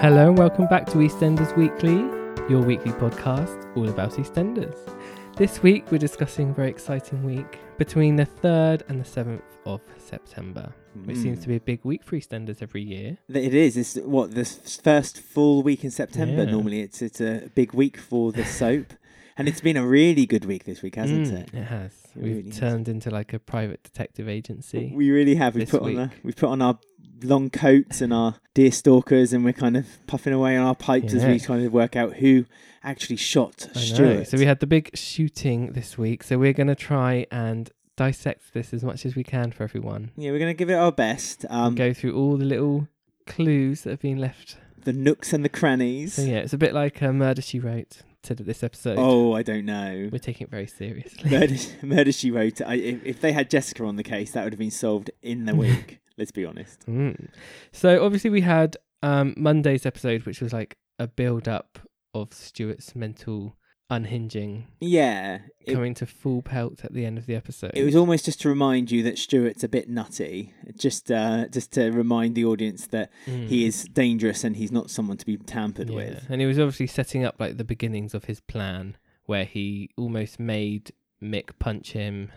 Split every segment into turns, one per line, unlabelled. Hello and welcome back to EastEnders Weekly, your weekly podcast all about EastEnders. This week we're discussing a very exciting week between the 3rd and the 7th of September, which seems
Hmm.
to be a big week for EastEnders every year.
Th- It is. It's what the s- first full week in September.
Yeah.
Normally, it's it's a big week for the soap, and it's been a really good week this week, hasn't
Mm,
it?
It has.
It
We've
really has.
turned into like a private detective agency.
We really have. We
This
put on a,
week.
we put on our long coats and our deer stalkers, and we're kind of puffing away on our pipes as we
Yeah.
kind of work out who actually shot
I know.
Stuart.
So we had the big shooting this week, so we're going to try and dissect this as much as we can for everyone.
yeah, we're gonna give it our best. Um,
Go through all the little clues that have been left
the nooks and the crannies.
So yeah, it's a bit like uh, Murder She Wrote to th- this episode.
Oh, I don't know.
We're taking it very seriously.
Murder, Murder She Wrote. I, if, if they had Jessica on the case, that would have been solved in the week. let's be honest.
Mm. So obviously we had um, Monday's episode, which was like a build-up of Stuart's mental unhinging
Yeah, it
coming to full pelt at the end of the episode.
It was almost just to remind you that Stuart's a bit nutty, just uh, just to remind the audience that
Mm.
he is dangerous and he's not someone to be tampered
Yeah.
with.
and he was obviously setting up like the beginnings of his plan, where he almost made Mick punch him.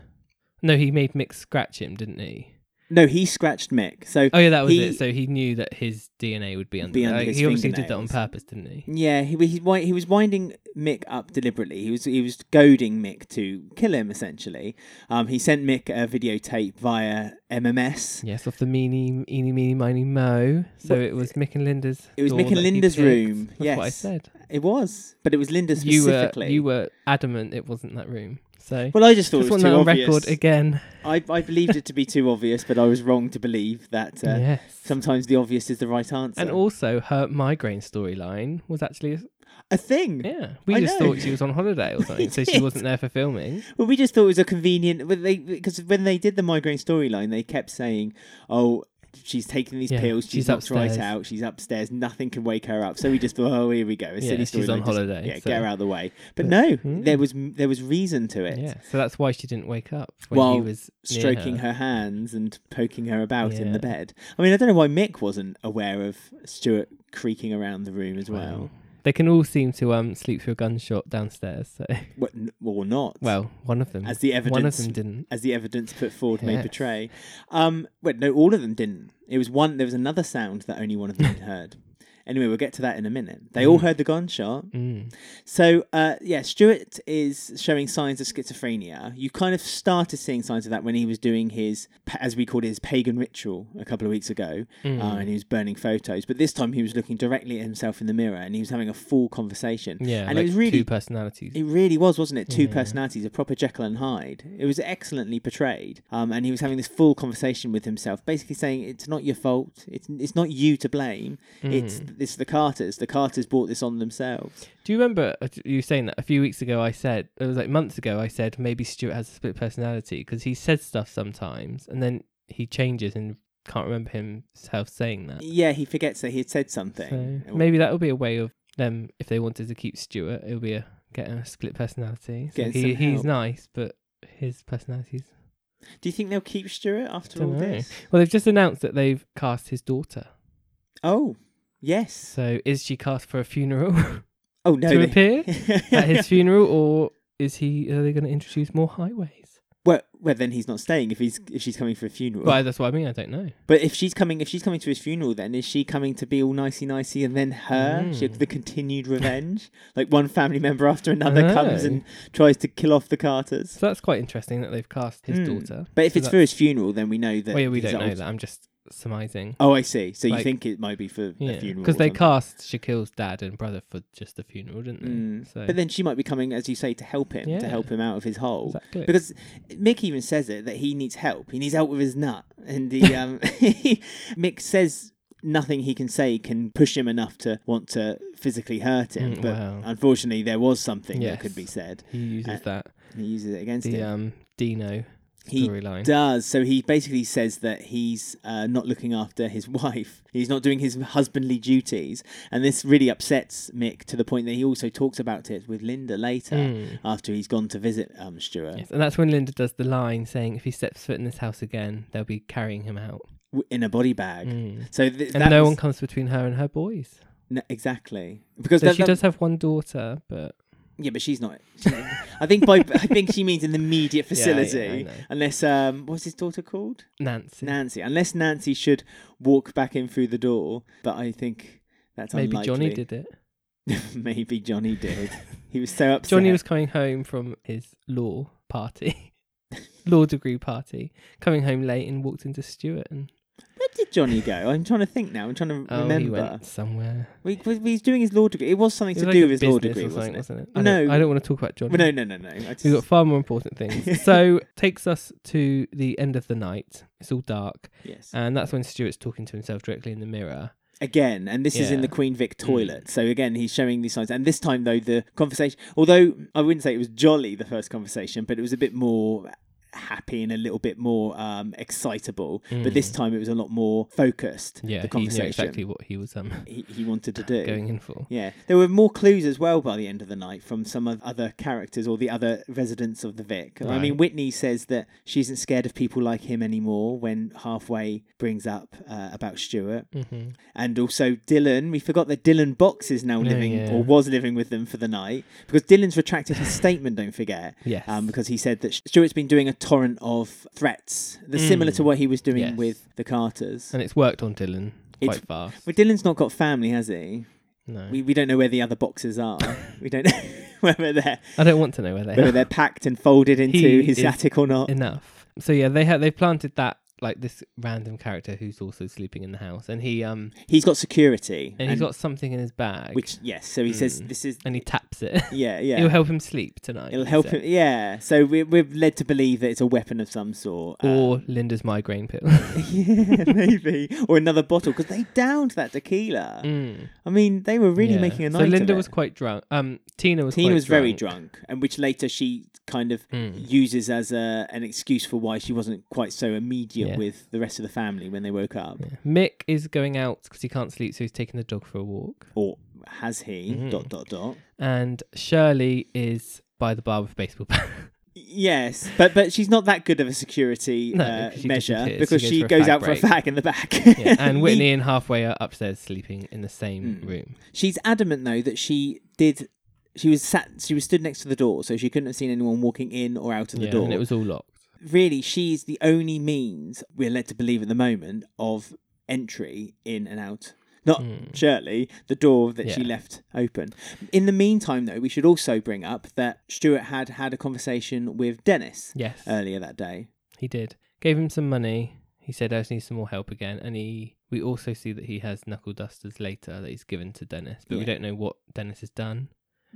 No, he made Mick scratch him, didn't he?
No, he scratched Mick. So
Oh yeah, that was
He-
it. So he knew that his DNA would be under.
Be under
like,
his
he obviously did that on
fingernails.
purpose, didn't he?
yeah, he he, wi- he was winding Mick up deliberately. He was he was goading Mick to kill him essentially. Um, he sent Mick a videotape via MMS.
Yes, off the meeny, eeny, meeny, miny, mo. So
Well,
it was Mick and Linda's.
it was
door
Mick and
that he
Linda's
picked.
room,
That's what I
yes.
said.
It was, but it was Linda
You were,
specifically.
you were adamant it wasn't that room. So
Well, I just thought
just
it
want
was too
that on
obvious.
record again.
I I believed it to be too obvious, but I was wrong to believe that. Uh,
yes.
Sometimes the obvious is the right answer.
and also, her migraine storyline was actually
a thing.
yeah. We
I
just
know.
thought she was on holiday or something, so she
did.
wasn't there for filming.
Well, we just thought it was a convenient. But they because when they did the migraine storyline, they kept saying, "Oh, she's taking these
Yeah,
pills. She's,
she's
not right
upstairs.
out. She's upstairs. Nothing can wake her up." So we just thought, "Oh, here we go. A
Yeah,
silly
she's
storyline,
on
just-
holiday,
Yeah,
so-
get her out of the way." But,
But-
no,
Hmm.
there was there was reason to it.
Yeah, so that's why she didn't wake up when he
While
was near
Stroking her. hands and poking her about in the
Yeah.
bed. I mean, I don't know why Mick wasn't aware of Stuart creaking around the room as
Wow.
well,
They can all seem to um sleep through a gunshot downstairs. So
well. n- or not.
well, one of them,
as the evidence
one of them didn't.
as the evidence put forward may
Yes.
portray. Um, wait, no, all of them didn't. It was one. There was another sound that only one of them had heard. Anyway, we'll get to that in a minute. They all heard the gunshot.
Mm.
So, uh, yeah, Stuart is showing signs of schizophrenia. You kind of started seeing signs of that when he was doing his, pa- as we called it, his pagan ritual a couple of weeks ago,
Mm.
uh, and he was burning photos. But this time he was looking directly at himself in the mirror and he was having a full conversation.
Yeah,
and
like
it was really
two personalities.
it really was, wasn't it? Two
Yeah.
personalities, a proper Jekyll and Hyde. It was excellently portrayed. Um, and he was having this full conversation with himself, basically saying, "It's not your fault. It's it's not you to blame. It's
Mm.
it's the Carters. The Carters brought this on themselves."
Do you remember uh, you saying that a few weeks ago? I said it was like months ago. I said maybe Stuart has a split personality because he says stuff sometimes and then he changes and can't remember himself saying that.
Yeah, he forgets that he had said something.
So maybe that will be a way of them if they wanted to keep Stuart, it would be a getting a split personality. So
Getting
he,
some
he's
help.
nice, but his personality's.
Do you think they'll keep Stuart after all
Dunno.
this?
Well, they've just announced that they've cast his daughter.
Oh, yes.
So is she cast for a funeral
Oh no.
to appear
they-
at his funeral, or is he? Are they going to introduce more highways?
well, well, then he's not staying if he's if she's coming for a funeral.
Well, that's what I mean. I don't know.
But if she's coming, if she's coming to his funeral, then is she coming to be all nicey nicey, and then her she,
Mm.
the continued revenge, like one family member after another comes
know.
and tries to kill off the Carters.
So that's quite interesting that they've cast his
Hmm.
daughter.
But if
So
it's for
that's-
his funeral, then we know that.
oh yeah, we
he's
don't know
old-
that. I'm just surmising.
Oh, I see. So you
Like-
think it might be for
Yeah,
a funeral?
because
or
they
something.
cast Shaquille's dad and brother for just the funeral, didn't they?
Mm.
So
But then she might be coming, as you say, to help him, to
Yeah.
help him out of his hole.
exactly.
Because Mick even says it that he needs help. He needs help with his nut, and he, um, Mick says nothing he can say can push him enough to want to physically hurt him.
Mm,
but
wow.
unfortunately, there was something that
Yes.
could be said.
he uses
uh,
that
And he uses it against
the
him.
um Dino
He
storyline.
does. So he basically says that he's uh, not looking after his wife. He's not doing his husbandly duties, and this really upsets Mick to the point that he also talks about it with Linda later.
Mm.
After he's gone to visit um, Stuart,
Yes, and that's when Linda does the line saying, "If he steps foot in this house again, they'll be carrying him out."
w- in a body bag,
Mm.
So th-
And
that
no
was-
one comes between her and her boys.
No, exactly. Because
So
that,
she
that-
does have one daughter, but
Yeah, but she's not. she's not- I think by I think she means in the immediate
Yeah, yeah, I
facility.
know.
unless um, what's his daughter called?
Nancy.
Nancy. Unless Nancy should walk back in through the door, but I think that's
Maybe Johnny
unlikely.
did it.
Maybe Johnny did. He was so upset.
Johnny was coming home from his law party, law degree party, coming home late and walked into Stuart and
Where did Johnny go? I'm trying to think now. I'm trying to
oh, he
remember.
went somewhere.
We, we, he's doing his law degree. It was something
It
to
was
do
like a
with his law
business
degree,
or something,
wasn't it?
wasn't it? I don't,
No.
I don't want to talk about Johnny.
Well, no, no, no, no. I just,
We've got far more important things. so takes us to the end of the night. It's all dark,
yes.
and that's when Stuart's talking to himself directly in the mirror.
again, and this is in
Yeah. Mm.
the Queen Vic toilet. So again, he's showing these signs, and this time though the conversation, although I wouldn't say it was jolly the first conversation, but it was a bit more happy and a little bit more um, excitable. But this time it was a lot more focused.
Mm. Yeah,
the
he knew
conversation
exactly what he was um,
he, he wanted to do.
going in for.
Yeah, there were more clues as well by the end of the night from some of other characters or the other residents of the Vic. I mean,
Right.
Whitney says that she isn't scared of people like him anymore when halfway brings up uh, about Stuart,
Mm-hmm.
and also Dylan. We forgot that Dylan Box is now living
Oh, yeah.
or was living with them for the night because Dylan's retracted his statement. Don't forget.
Yes.
Um, because he said that Stuart's been doing a torrent of threats, the similar
Mm.
to what he was doing
Yes.
with the Carters.
and it's worked on Dylan quite
It's-
fast.
But Dylan's not got family, has he?
No,
We, we don't know where the other boxes are. we don't know whether they're
I don't want to know where they
whether
are.
they're packed and folded into
He
his
is
attic or not.
Enough. So yeah, they have they planted that like this random character who's also sleeping in the house, and he um
He's got security,
and he's got something in his bag,
which yes. So he says
Mm.
this is
and he taps it.
yeah yeah.
It'll help him sleep tonight.
It'll
he
help
said.
him. Yeah. So we, we're led to believe that it's a weapon of some sort. uh,
Or Linda's migraine pill.
yeah, maybe. Or another bottle because they downed that tequila.
Mm.
I mean, they were really
Yeah.
making a night
So Linda
of it.
was quite drunk. Um, Tina was.
Tina
quite
was very drunk, and which later she kind of
Mm.
uses as a, an excuse for why she wasn't quite so immediate
Yeah.
with the rest of the family when they woke up.
Yeah. Mick is going out because he can't sleep, so he's taking the dog for a walk.
Or has he?
Mhm.
Dot dot dot.
And Shirley is by the bar with a baseball bat.
Yes, but but she's not that good of a security
No,
uh,
'cause she
measure
disappears.
because
She
she
goes for a fag
goes out for a
break.
fag in the back.
yeah. And
He-
Whitney and halfway are upstairs sleeping in the same
Mm,
room.
she's adamant though that she did. She was sat. She was stood next to the door, so she couldn't have seen anyone walking in or out of the
yeah,
door.
and it was all locked.
really, she's the only means we're led to believe at the moment of entry in and out. Not
Mm.
Shirley, the door that she
Hmm. Yeah.
left open. In the meantime, though, we should also bring up that Stuart had had a conversation with Dennis
Yes,
earlier that day.
he did. Gave him some money. He said, "I just need some more help again." And he, we also see that he has knuckle dusters later that he's given to Dennis, but we
Yeah.
don't know what Dennis has done.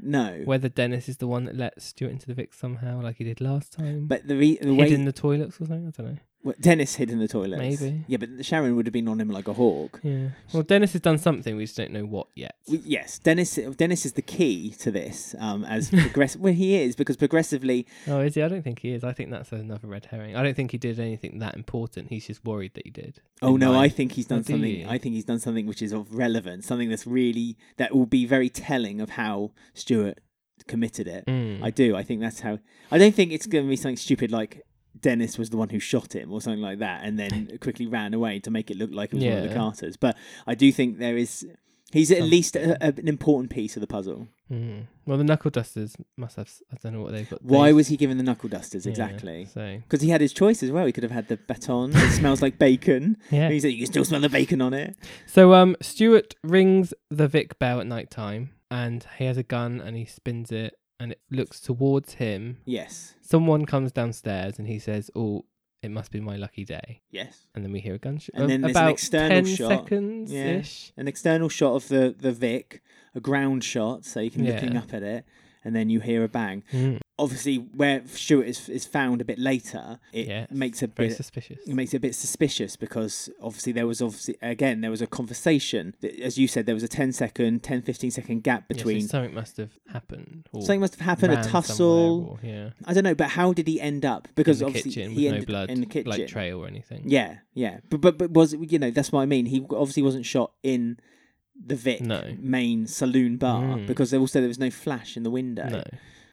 No,
Whether Dennis is the one that let Stuart into the Vic somehow, like he did last time,
but the, re- the
hid
way
in the toilets or something. I don't know.
well, Dennis hid in the toilet.
Maybe.
Yeah, but Sharon would have been on him like a hawk.
Yeah. Well, Dennis has done something. We just don't know what yet.
Well, Yes, Dennis. Dennis is the key to this. Um, as progress, well, he is because progressively,
Oh, is he? I don't think he is. I think that's another red herring. I don't think he did anything that important. He's just worried that he did.
Oh
In
no, I
my-
think he's
Oh,
done
do you?
something. I think he's done something which is of relevance, something that's really that will be very telling of how Stuart committed it.
Mm.
I do. I think that's how. I don't think it's going to be something stupid like Dennis was the one who shot him or something like that, and then quickly ran away to make it look like it was one of
Yeah.
the Carters. But I do think there is. He's at least a, a, an important piece of the puzzle.
Mm. Well, the knuckle dusters must have. s- I don't know what they've got.
Why
They-
was he given the knuckle dusters
Yeah,
exactly?
So
Because he had his choice as well. He could have had the baton. It smells like bacon.
yeah.
He said you can still smell the bacon on it.
So um, Stuart rings the Vic bell at night time, and he has a gun, and he spins it, and it looks towards him.
Yes.
Someone comes downstairs, and he says, "Oh, it must be my lucky day."
Yes.
And then we hear a gunshot.
And
Um,
then there's an
about
external
ten
shot.
seconds ish.
an external shot of the the Vic, a ground shot, so you can
Yeah.
looking up at it, and then you hear a bang.
Mm.
Obviously, where Stuart is, is found a bit later, it
Yes,
makes a
Very
bit.
suspicious.
It makes it a bit suspicious because obviously there was obviously again there was a conversation that, as you said there was a 10 second 10 15 second gap
Yeah, so
between
something must have happened. Or
something must have happened a
ran
tussle
somewhere or- yeah.
I don't know but how did he end up because
in the
obviously
kitchen
he
with no
ended
blood,
in the kitchen
like trail or anything.
yeah yeah but but but was you know that's what I mean he obviously wasn't shot in the Vic
No.
main saloon bar
Mm.
because there also there was no flash in the window.
No.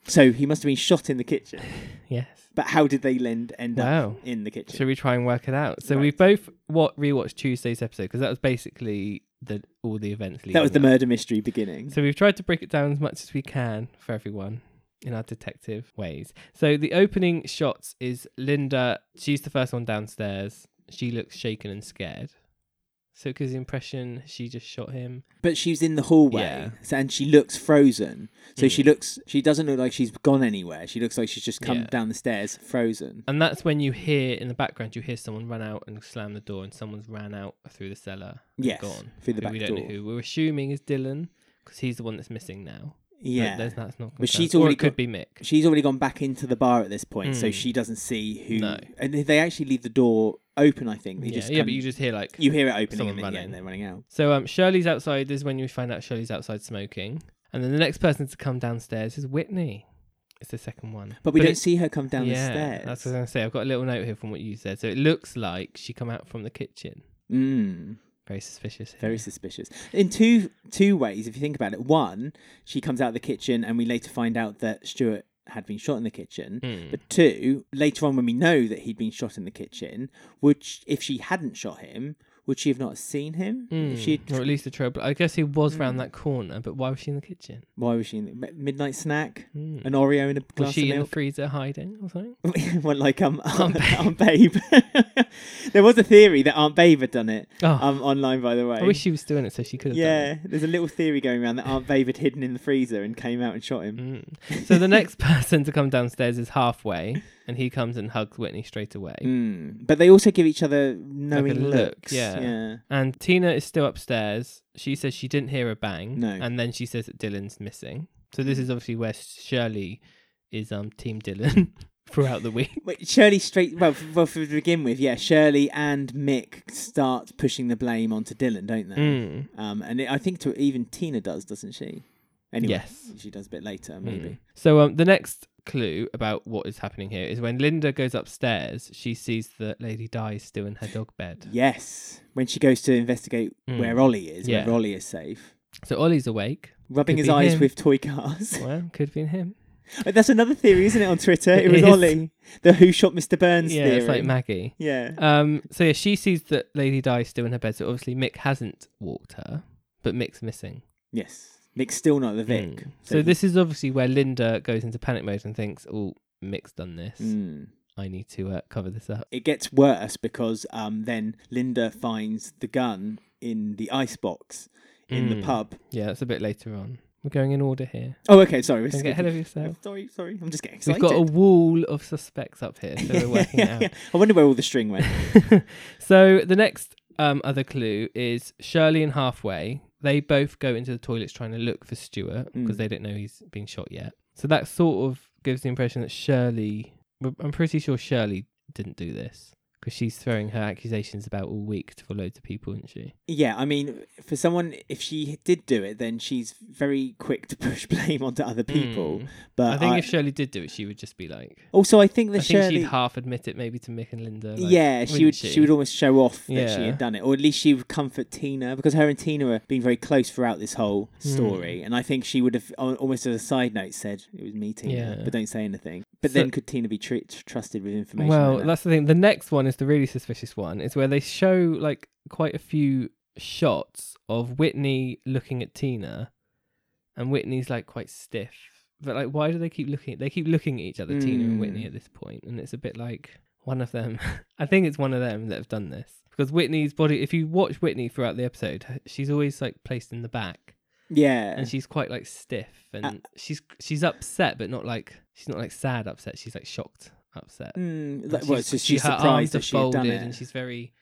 So he must have been shot in the kitchen.
Yes.
But how did they end end
Wow.
up in the kitchen?
Should we try and work it out? So
Right.
we both what rewatched Tuesday's episode because that was basically the all the events.
That
leading
was the
up.
murder mystery beginning.
So we've tried to break it down as much as we can for everyone in our detective ways. So the opening shots is Linda. She's the first one downstairs. She looks shaken and scared. So it gives the impression she just shot him.
but she's in the hallway
Yeah.
so- and she looks frozen. So she
Mm.
looks she doesn't look like she's gone anywhere. She looks like she's just come
Yeah.
down the stairs frozen.
And that's when you hear in the background, you hear someone run out and slam the door, and someone's ran out through the cellar. and
Yes,
gone.
through the
Who
back
we don't know
door.
who. We're assuming is Dylan because he's the one that's missing now. But
Yeah.
there's- that's not.
But she's
confirmed. or
already
it could
got-
be Mick.
She's already gone back into the bar at this point, so
Mm.
she doesn't see who
No.
and they actually leave the door open, I think. They
Yeah,
just
yeah,
come-
but you just hear like
you hear it opening
someone
and, then, yeah,
running.
and they're running out.
So um, Shirley's outside. This is when you find out Shirley's outside smoking, and then the next person to come downstairs is Whitney. It's the second one,
But we don't
it-
see her come down the stairs.
That's what I was gonna say. I've got a little note here from what you said. So it looks like she come out from the kitchen.
Mm,
Very suspicious. Here.
very suspicious. In two two ways, if you think about it. One, she comes out of the kitchen and we later find out that Stuart had been shot in the kitchen.
Hmm.
But two, later on when we know that he'd been shot in the kitchen, would sh if she hadn't shot him, would she have not seen him? If
Hmm.
she Mm.
or
had,
at least the trouble. I guess he was round that corner, but why was she in the kitchen?
why was she in the mi- midnight snack?
Hmm.
An Oreo and a glass
Was she
of
in the
milk?
freezer hiding or something?
Went like um, Aunt,
Aunt Babe.
Babe. there was a theory that Aunt Babe had done it
Oh,
um, online, by the way.
I wish she was doing it so she could have. done it.
yeah, there's a little theory going around that Aunt Babe had hidden in the freezer and came out and shot him.
Mm. So the next person to come downstairs is halfway, and he comes and hugs Whitney straight away.
Mm. But they also give each other knowing
look,
looks.
yeah.
yeah.
And Tina is still upstairs. She says she didn't hear a bang.
No. Mm.
And then she says that Dylan's missing. So this is obviously where Shirley is um Team Dylan throughout the week.
Wait, Shirley straight well, f- well for, to begin with, yeah. Shirley and Mick start pushing the blame onto Dylan, don't they?
Mm.
Um, and it, I think to even Tina does, doesn't she? Anyway,
Yes.
she does a bit later, maybe.
Mm. So um the next clue about what is happening here is when Linda goes upstairs, she sees that Lady Di is still in her dog bed.
Yes, when she goes to investigate
Mm.
where Ollie is,
Yeah.
where Ollie is safe,
Mm. So Ollie's awake.
rubbing
Could
his
be
eyes
him.
with toy cars.
Well, could have been him.
That's another theory, isn't it? On Twitter, it,
It
was
is.
Ollie, the Who Shot Mr. Burns
yeah,
theory.
it's like Maggie.
yeah,
Um so yeah, she sees that Lady Di is still in her bed, so obviously Mick hasn't walked her, but Mick's missing.
yes. Mick's still not the Vic.
Mm. So, this is obviously where Linda goes into panic mode and thinks, "Oh, Mick's done this.
Mm.
I need to uh, cover this up."
it gets worse because um, then Linda finds the gun in the icebox in the
Mm.
pub.
Yeah, that's a bit later on. We're going in order here.
Oh, okay, sorry. we're
Don't
skipping. Oh,
get ahead of yourself.
Sorry, sorry. I'm just getting excited.
We've got a wall of suspects up here, so we're working it
Yeah, yeah. I wonder where all the string went.
out. so the next um, other clue is Shirley and Halfway. They both go into the toilets trying to look for Stuart because
Mm.
they don't know he's been shot yet. So that sort of gives the impression that Shirley. I'm pretty sure Shirley didn't do this because she's throwing her accusations about all week to loads of people, isn't she?
yeah, I mean, for someone, if she did do it, then she's very quick to push blame onto other people.
Mm.
But
I think if Shirley did do it, she would just be like.
also, I think that
I think
Shirley.
she'd half admit it, maybe to Mick and Linda. like,
yeah,
wouldn't
she would. She? would almost show off that she
Yeah.
had done it, or at least she would comfort Tina because her and Tina have been very close throughout this whole
Hmm.
story. And I think she would have, al- almost as a side note, said it was me, Tina,
Yeah.
but don't say anything. But
So-
then, could Tina be tr- trusted with information?
Well,
like that?
that's the thing. The next one is the really suspicious one. Is where they show like quite a few shots of Whitney looking at Tina, and Whitney's like quite stiff. But like, why do they keep looking? They keep looking at each other, Tina and Whitney,
Mm.
at this point, and it's a bit like one of them. I think it's one of them that have done this because Whitney's body. If you watch Whitney throughout the episode, her- she's always like placed in the back,
yeah,
and she's quite like stiff, and she's she's upset, but not like she's not like sad upset. She's like shocked upset. And
Mm, that,
she's-
well, it's just
she-
she's
her eyes
surprised
are
that she had done
folded and
it.
she's very,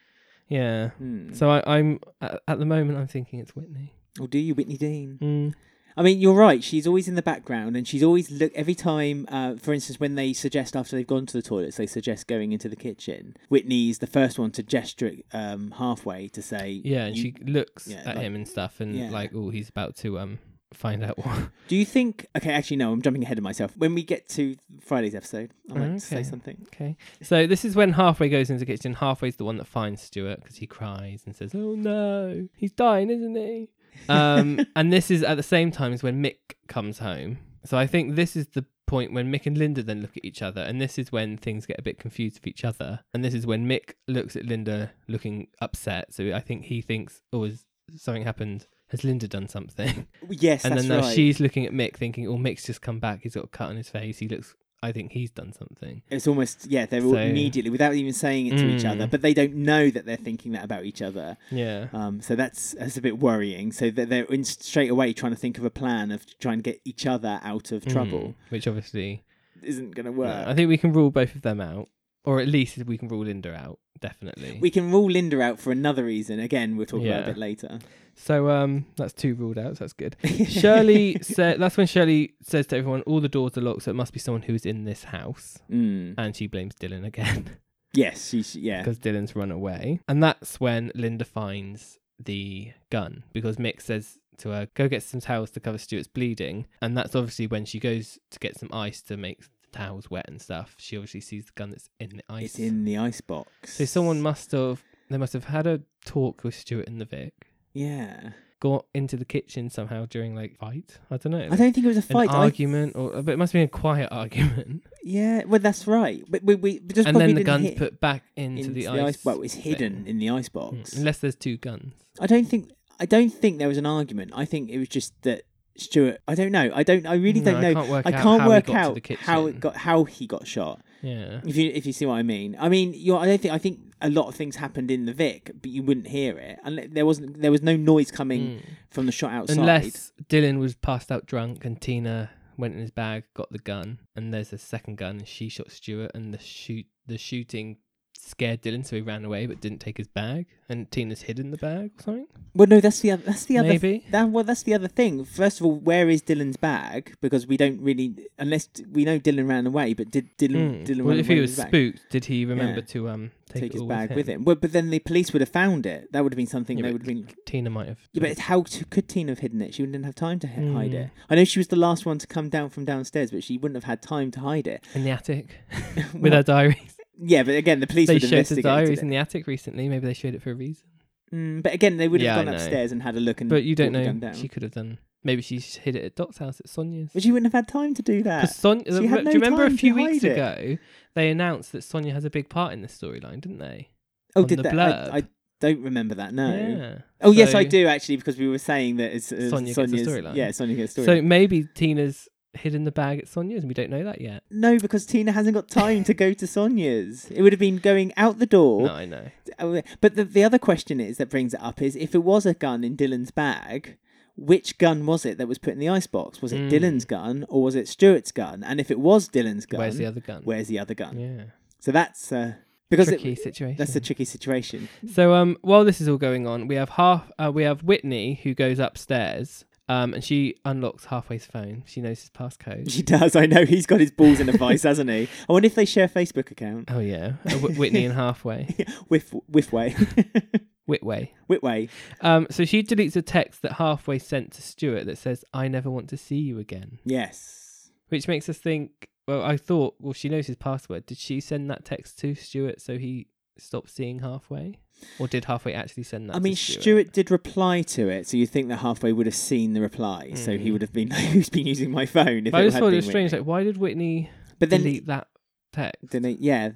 yeah.
Mm.
So I, I'm at, at the moment I'm thinking it's Whitney.
Or do you, Whitney Dean?
Mm.
I mean, you're right. She's always in the background, and she's always look every time. Uh, for instance, when they suggest after they've gone to the toilets, they suggest going into the kitchen. Whitney's the first one to gesture it, um, halfway to say,
Yeah, and
"You-
she looks
yeah,
at
like-
him and stuff, and
yeah.
like, oh, he's about to um find out what.
Do you think? Okay, actually, no. I'm jumping ahead of myself. When we get to Friday's episode, I might say
Mm, Okay.
something.
okay, so this is when halfway goes into the kitchen. Halfway's the one that finds Stuart because he cries and says, "Oh no, he's dying, isn't he?" Um, and this is at the same time as when Mick comes home. So I think this is the point when Mick and Linda then look at each other, and this is when things get a bit confused with each other. And this is when Mick looks at Linda looking upset. So I think he thinks, "Oh, is something happened. Has Linda done something?
Yes,
and
that's
then uh, now
right.
she's looking at Mick, thinking, "Oh, Mick's just come back. He's got a cut on his face. He looks. I think he's done something."
It's almost yeah. They're all
So-
immediately without even saying it to each
Mm.
other, but they don't know that they're thinking that about each other.
Yeah.
Um, so that's that's a bit worrying. So that they're in straight away trying to think of a plan of trying to get each other out of
Mm.
trouble.
Which obviously,
Isn't going to
no,
work.
I think we can rule both of them out, or at least we can rule Linda out definitely.
we can rule Linda out for another reason. Again, we'll talk about
Yeah.
it a bit later.
So um, that's two ruled out. So that's good. Shirley said that's when Shirley says to everyone, "All the doors are locked, so it must be someone who's in this house."
Mm.
And she blames Dylan again
Yes, she, she- yeah.
because Dylan's run away. And that's when Linda finds the gun because Mick says to her, "Go get some towels to cover Stuart's bleeding." And that's obviously when she goes to get some ice to make the towels wet and stuff. She obviously sees the gun that's in the ice.
It's in the icebox.
so someone must have they must have had a talk with Stuart and the Vic.
Yeah.
got into the kitchen somehow during like fight. I don't know.
I don't think it was a
an
fight. I-
argument, or but it must have been a quiet argument.
yeah, well, that's right. But we, we but just
and then
probably
the
didn't
gun's
hit
put back into, the, ice.
Well, it's hidden
thing.
in the
Mm,
icebox.
Unless there's two guns.
I don't think. I don't think there was an argument. I think it was just that Stuart. I don't know. I don't. I really
No,
don't
I
know.
can't work
I
out how
can't
he
work
got to
out
the
how it
kitchen.
got how he got shot.
Yeah.
If you if you see what I mean. I mean, you. I don't think. I think a lot of things happened in the Vic, but you wouldn't hear it, and there wasn't. There was no noise coming
Mm.
from the shot outside.
Unless Dylan was passed out drunk and Tina went in his bag, got the gun, and there's a second gun, and she shot Stuart, and the shoot the shooting scared Dylan, so he ran away but didn't take his bag, and Tina's hidden the bag or something.
Well, no, that's the other. That's the other.
Maybe.
That, well, that's the other thing. First of all, where is Dylan's bag? Because we don't really, unless we know Dylan ran away. But did Dylan?
Mm.
Dylan
well,
ran
if
away
he
with
was
his bag?
spooked, did he remember
Yeah.
to um take,
take,
it
his
all with
bag
him?
with him. Well, but then the police would have found it. That would have been something
Yeah,
they
but-
would have been.
Tina might have.
Yeah, but how t- could Tina have hidden it? She wouldn't have time to h- hide
Mm.
it. I know she was the last one to come down from downstairs, but she wouldn't have had time to hide it.
in the attic with our diaries.
yeah, but again, the police
They
would
showed the
investigate
diaries
it.
in the attic recently. Maybe they showed it for a reason.
Mm, but again, they would have
Yeah, I
gone
know.
upstairs and had a look and.
But you don't
brought the gun
know.
Mm, down.
She could have done. Maybe she sh- hid it at Dot's house at Sonia's.
But she wouldn't have had time to do that.
'Cause Son-
she had
do
no
you remember a
time to
few weeks
hide it.
ago they announced that Sonia has a big part in this storyline, didn't they?
Oh,
on
did
the
that?
blurb.
I, I don't remember that. No.
Yeah.
Oh yes, I
So-
do actually, because we were saying that it's uh,
Sonia gets the
Sonia's
storyline.
Yeah, Sonia gets the storyline.
So maybe Tina's hidden the bag at Sonia's, and we don't know that yet.
No, because Tina hasn't got time to go to Sonia's. It would have been going out the door.
No, I know.
Uh, But the, the other question is that brings it up is if it was a gun in Dylan's bag, which gun was it that was put in the icebox? Was it
Mm.
Dylan's gun or was it Stuart's gun? And if it was Dylan's gun,
Where's the other gun?
where's the other gun?
Yeah.
So that's uh, because it-
Tricky situation.
that's a tricky situation.
So um, while this is all going on, we have half uh, we have Whitney who goes upstairs um, and she unlocks halfway's phone. She knows his passcode.
She does. I know he's got his balls in a vice, hasn't he? I wonder if they share a Facebook account.
Oh yeah, Uh, Wh- Whitney and halfway
Whiff, Whiffway,
Whitway.
Whitway.
Um, so she deletes a text that halfway sent to Stuart that says, "I never want to see you again,"
Yes.
which makes us think. Well, I thought, well, she knows his password. Did she send that text to Stuart so he stopped seeing halfway, or did halfway actually send that?
I
to
mean, Stuart. did reply to it, so you think that halfway would have seen the reply, so he
Mm.
would have been like, "Who's been using my phone?" If
But I
it
just
had
thought it
been
was strange.
Whitney.
Like, why did Whitney
but then,
delete that text?
then it- yeah,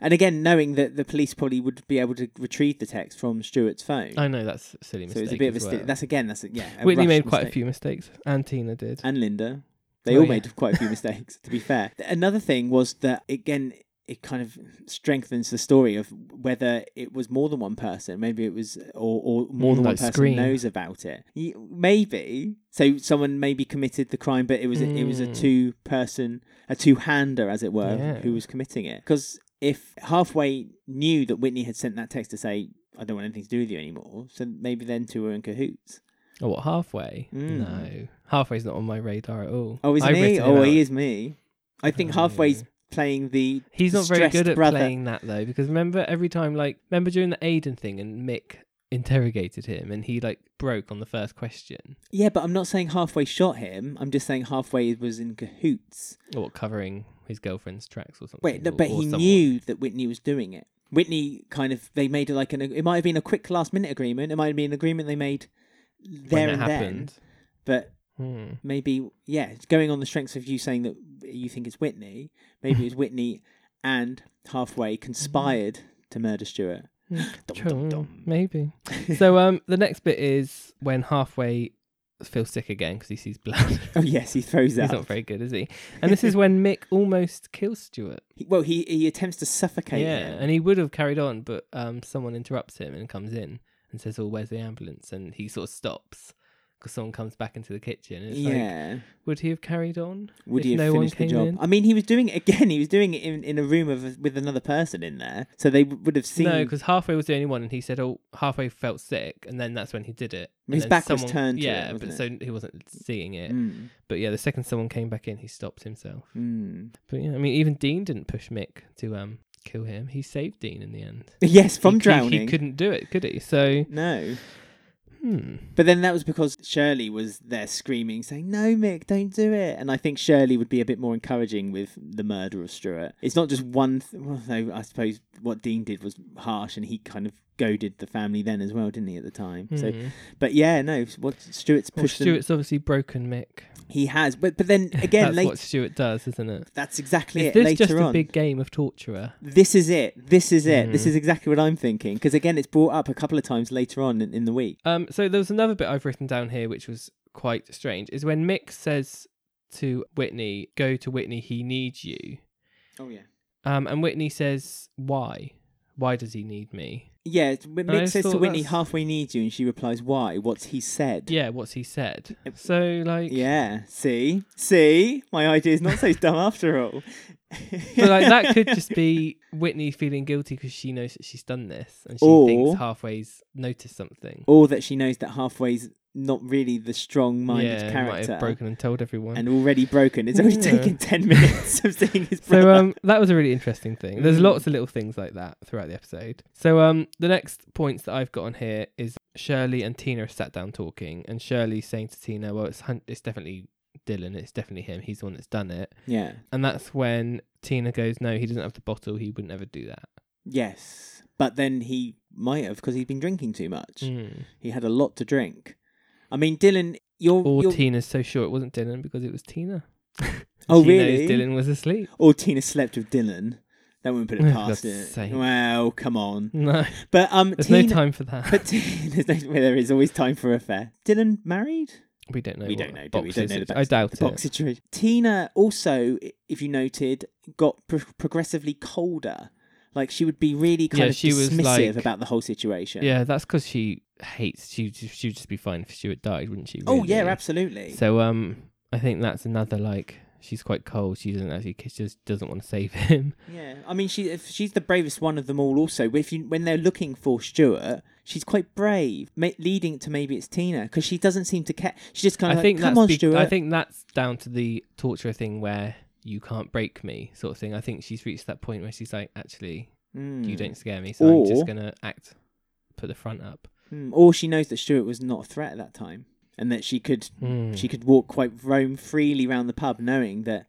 and again, knowing that the police probably would be able to retrieve the text from Stuart's phone,
I know that's a silly
so
mistake.
it's a bit of a
as
sti-
well.
that's again, that's a, yeah. a
Whitney
rushed
made quite a
mistake. Uh,
few mistakes, and Tina did.
and Linda, they
Oh,
all
yeah.
made quite a few mistakes. To be fair, another thing was that again. It kind of strengthens the story of whether it was more than one person. Maybe it was, or, or more
Mm,
than one
like
person
Scream.
knows about it. Y- Maybe so. Someone maybe committed the crime, but it was a, it was a
Mm.
two person, a two hander, as it were,
Yeah.
who was committing it. Because if halfway knew that Whitney had sent that text to say, "I don't want anything to do with you anymore," so maybe then two were in cahoots.
Oh, what, halfway?
Mm.
No. Halfway's not on my radar at all.
Oh, isn't
I've
he?
written him
Oh,
out.
he is me. I think
Oh,
halfway's
yeah.
playing the.
He's not very good
distressed
at
brother.
playing that, though, because remember every time, like, remember during the Aiden thing and Mick interrogated him and he, like, broke on the first question?
Yeah, but I'm not saying halfway shot him. I'm just saying halfway was in cahoots.
Or covering his girlfriend's tracks or something.
Wait, no,
or-
but
or
he
someone.
knew that Whitney was doing it. Whitney kind of they made like an. It might have been a quick last minute agreement. It might have been an agreement they made
when
there
it
and then.
happened.
But
Hmm.
maybe yeah, it's going on the strengths of you saying that you think it's Whitney. Maybe it was Whitney and halfway conspired to murder Stuart.
Hmm.
Dum,
Mm. True,
dum, dum.
Maybe. so um, the next bit is when halfway feels sick again because he sees blood.
Oh yes, he throws
He's
up.
not very good, is he? And this is when Mick almost kills Stuart.
He- well, he he attempts to suffocate
yeah,
him.
and he would have carried on, but um, someone interrupts him and comes in and says, "Oh, where's the ambulance?" And he sort of stops because someone comes back into the kitchen. And it's like,
yeah.
would he have carried on?
Would
if
he have
no one
finished the
came
job?
in?
I mean, he was doing it again. He was doing it in, in a room of, with another person in there, so they w- would have seen.
No, because halfway was the only one, and he said, "Oh, halfway felt sick," and then that's when he did it. And
His
then
back was turned to
Yeah,
it,
but
wasn't
so he wasn't seeing it.
Mm,
But yeah, the second someone came back in, he stopped himself.
mm.
But yeah, I mean, even Dean didn't push Mick to um kill him. He saved Dean in the end.
Yes, from
He- he-
drowning.
he, couldn't do it, could he? So,
No,
hmm.
but then that was because Shirley was there screaming, saying, "No, Mick, don't do it." And I think Shirley would be a bit more encouraging with the murder of Stuart. It's not just one. Th- well, though I suppose what Dean did was harsh, and he kind of goaded the family then as well, didn't he? At the time, so.
hmm.
But yeah, no. What Stuart's
Well,
pushed. them-
Stuart's obviously broken Mick.
He has, but but then again,
that's
later.
what Stuart does, isn't it?
That's exactly
Is
it.
this
Later
just
on,
a big game of torturer?
this is it. This is it. This
Mhm.
is exactly what I'm thinking. Because again, it's brought up a couple of times later on in, in the week.
Um, so there was another bit I've written down here, which was quite strange. Is when Mick says to Whitney, "Go to Whitney, he needs you,"
Oh yeah.
um, and Whitney says, "Why? Why does he need me?"
Yeah, it's- when
I
Mick
just
says to
thought
Whitney,
that's-
"Halfway needs you," and she replies, "Why? What's he said?"
Yeah, what's he said? So like,
Yeah. See, see, my idea's not so dumb after all.
but like that could just be Whitney feeling guilty because she knows that she's done this and she
Or-
thinks halfway's noticed something.
Or that she knows that halfway's not really the strong-minded
yeah, might
character,
have broken and told everyone.
and already broken. It's only
Yeah.
taken ten minutes of seeing his brother.
So um, that was a really interesting thing. There's
Mm.
lots of little things like that throughout the episode. So um, the next points that I've got on here is Shirley and Tina are sat down talking, and Shirley saying to Tina, "Well, it's hun- it's definitely Dylan. It's definitely him. He's the one that's done it."
yeah.
And that's when Tina goes, "No, he doesn't have the bottle. He would never do that."
Yes, but then he might have because he'd been drinking too much.
Mm.
He had a lot to drink. I mean, Dylan, you're
Or
you're-
Tina's so sure it wasn't Dylan because it was Tina.
Oh,
she
really?
Knows Dylan was asleep.
or Tina slept with Dylan. That wouldn't put
Oh,
it
for
past
God's
it.
sake.
Well, come on.
No,
But um,
there's
Tina,
no time for that.
But Tina, there's no, well, there is always time for affair. Dylan married?
we don't know.
we
what
don't know. Do
Box
we? don't
is
know
it.
the
I
box-
doubt
the
it.
box situation. Tina also, i- if you noted, got pro- progressively colder. Like she would be really kind
Yeah,
of
she was
dismissive
like-
about the whole situation.
Yeah, that's because she hates. She she would just be fine if Stuart died, wouldn't she?
Oh yeah,
really?
absolutely.
So um, I think that's another like she's quite cold. She doesn't actually. She just doesn't want to save him.
Yeah, I mean, she if she's the bravest one of them all. Also, if you when they're looking for Stuart, she's quite brave, ma- leading to maybe it's Tina because she doesn't seem to care. She just kind
I
of like,
think
come
that's
on,
be-
Stuart.
I think that's down to the torturer thing where you can't break me sort of thing. I think she's reached that point where she's like, actually,
Mm.
you don't scare me, so I'm
Or-
just gonna act, put the front up.
Mm. Or she knows that Stuart was not a threat at that time, and that she could
Mm,
she could walk quite roam freely round the pub, knowing that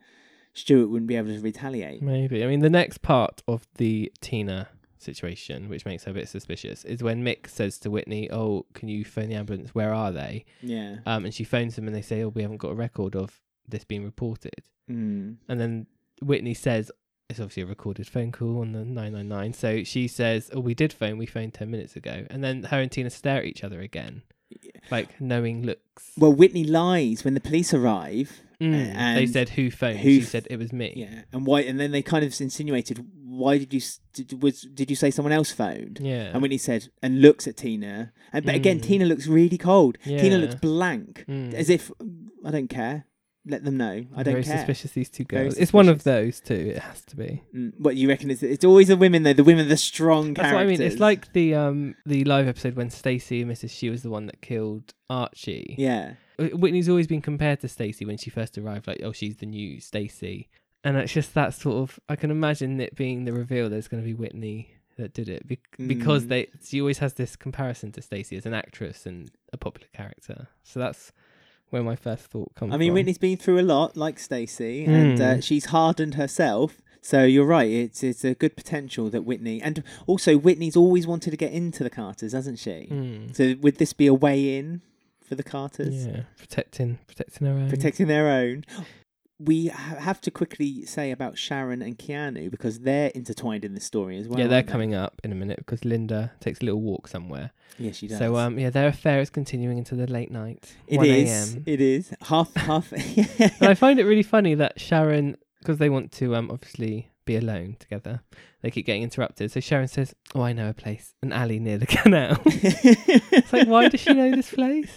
Stuart wouldn't be able to retaliate.
Maybe. I mean, the next part of the Tina situation, which makes her a bit suspicious, is when Mick says to Whitney, "Oh, can you phone the ambulance? Where are they?"
Yeah.
Um, and she phones them and they say, "Oh, we haven't got a record of this being reported."
Mm.
And then Whitney says, "It's obviously a recorded phone call on the nine nine nine. So she says, "Oh, we did phone. We phoned ten minutes ago." And then her and Tina stare at each other again, like knowing looks.
Well, Whitney lies when the police arrive.
Mm, they
and
said, "Who phoned?"
who
she
f-
said, "It was me."
Yeah, and why? And then they kind of insinuated, "Why did you s- did, was did you say someone else phoned?"
Yeah.
And Whitney said, and looks at Tina, and but again,
Mm.
Tina looks really cold. Tina
Yeah.
looks blank,
Mm.
as if "Mm, I don't care. Let them know I don't
Very
care.
suspicious these two
Very
girls. It's one of those
suspicious.
two. It has to be.
Mm, What you reckon is it's always the women though. The women are the strong
That's
characters.
what I mean. It's like the um the live episode when Stacy and Mrs. She was the one that killed Archie.
yeah,
Wh- Whitney's always been compared to Stacey when she first arrived, like, oh, she's the new Stacey. And it's just that sort of, I can imagine it being the reveal there's going to be Whitney that did it be- because
Mm.
they she always has this comparison to Stacey as an actress and a popular character. So that's where my first thought comes
I mean
from.
Whitney's been through a lot, like Stacey, and uh,
Mm.
she's hardened herself. So you're right. It's it's a good potential that Whitney, and also Whitney's always wanted to get into the Carters, hasn't she?
Mm.
So would this be a way in for the Carters?
Yeah, protecting, protecting her own.
Protecting their own. we ha- have to quickly say about Sharon and Keanu because they're intertwined in this story as well.
yeah, they're
aren't they?
coming up in a minute because Linda takes a little walk somewhere.
Yeah, she does.
So um, yeah, their affair is continuing into the late night.
It
1
is.
a.m..
It is half half.
but I find it really funny that Sharon, because they want to um obviously be alone together, they keep getting interrupted. So Sharon says, "Oh, I know a place, an alley near the canal." it's like, why does she know this place?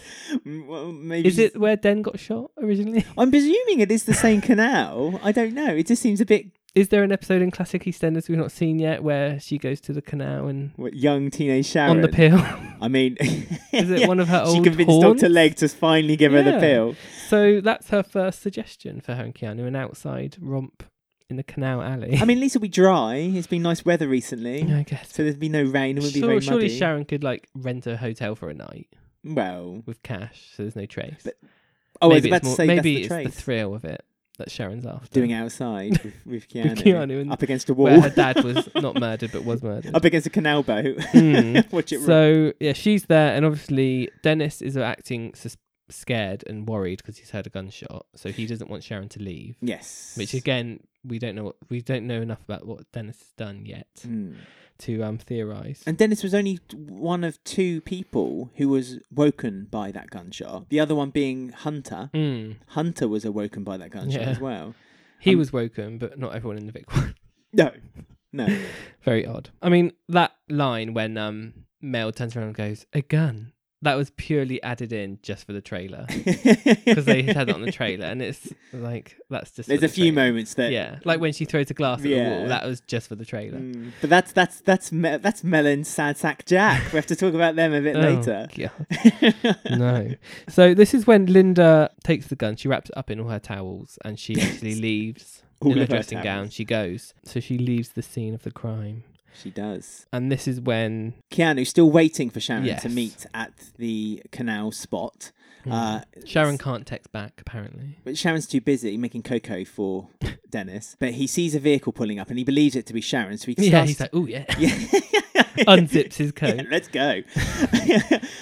well, maybe
Is
she's-
it where Den got shot originally?
I'm presuming it is the same canal. I don't know. It just seems a bit
Is there an episode in classic EastEnders we've not seen yet where she goes to the canal and
what, young teenage Sharon.
on the pill?
I mean,
Is it one of her
she
old
convinced
haunts?
Doctor Leg to finally give her the
Yeah.
pill.
So that's her first suggestion for her and Keanu, an outside romp in the canal alley.
I mean, at least it'll be dry. It's been nice weather recently,
I guess.
so there's been no rain. It won't be
Sure-
very muddy.
surely Sharon could like rent a hotel for a night
Well,
with cash, so there's no trace.
But- oh,
maybe
I was about
it's
to
more-
say
maybe
that's the trace.
it's the thrill of it that Sharon's after.
Doing it outside with, with Keanu,
Keanu and-
up against a
where
wall,
her dad was not murdered but was murdered.
up against a canal boat.
Mm.
Watch it. roll.
So yeah, she's there, and obviously Dennis is acting sus- scared and worried because he's heard a gunshot, so he doesn't want Sharon to leave.
yes,
Which again, we don't know. What, we don't know enough about what Dennis has done yet
Hmm.
to um theorize.
And Dennis was only one of two people who was woken by that gunshot. The other one being Hunter.
Mm.
Hunter was awoken by that gunshot
Yeah.
as well.
He
Um,
was woken, but not everyone in the Vic was.
No, no.
Very odd. I mean, that line when um Mel turns around and goes, "A gun." That was purely added in just for the trailer because
Because
they had that on the trailer, and it's like that's just. for
There's
the
a few
trailer.
moments that.
Yeah, like when she throws a glass at the
Yeah.
wall. That was just for the trailer.
Mm. But that's that's that's me- that's Melon Sad Sack Jack. We have to talk about them a bit
Oh,
later.
God. no. So this is when Linda takes the gun. She wraps it up in all her towels and she actually leaves
All
in her
of her
dressing gown.
towels.
She goes. So she leaves the scene of the crime.
She does.
And this is when
Keanu's still waiting for Sharon
Yes.
to meet at the canal spot.
Hmm.
Uh,
Sharon can't text back, apparently.
But Sharon's too busy making cocoa for Dennis. But he sees a vehicle pulling up and he believes it to be Sharon. So he starts.
Yeah, he's like, oh, yeah. Unzips his coat.
Yeah, let's go.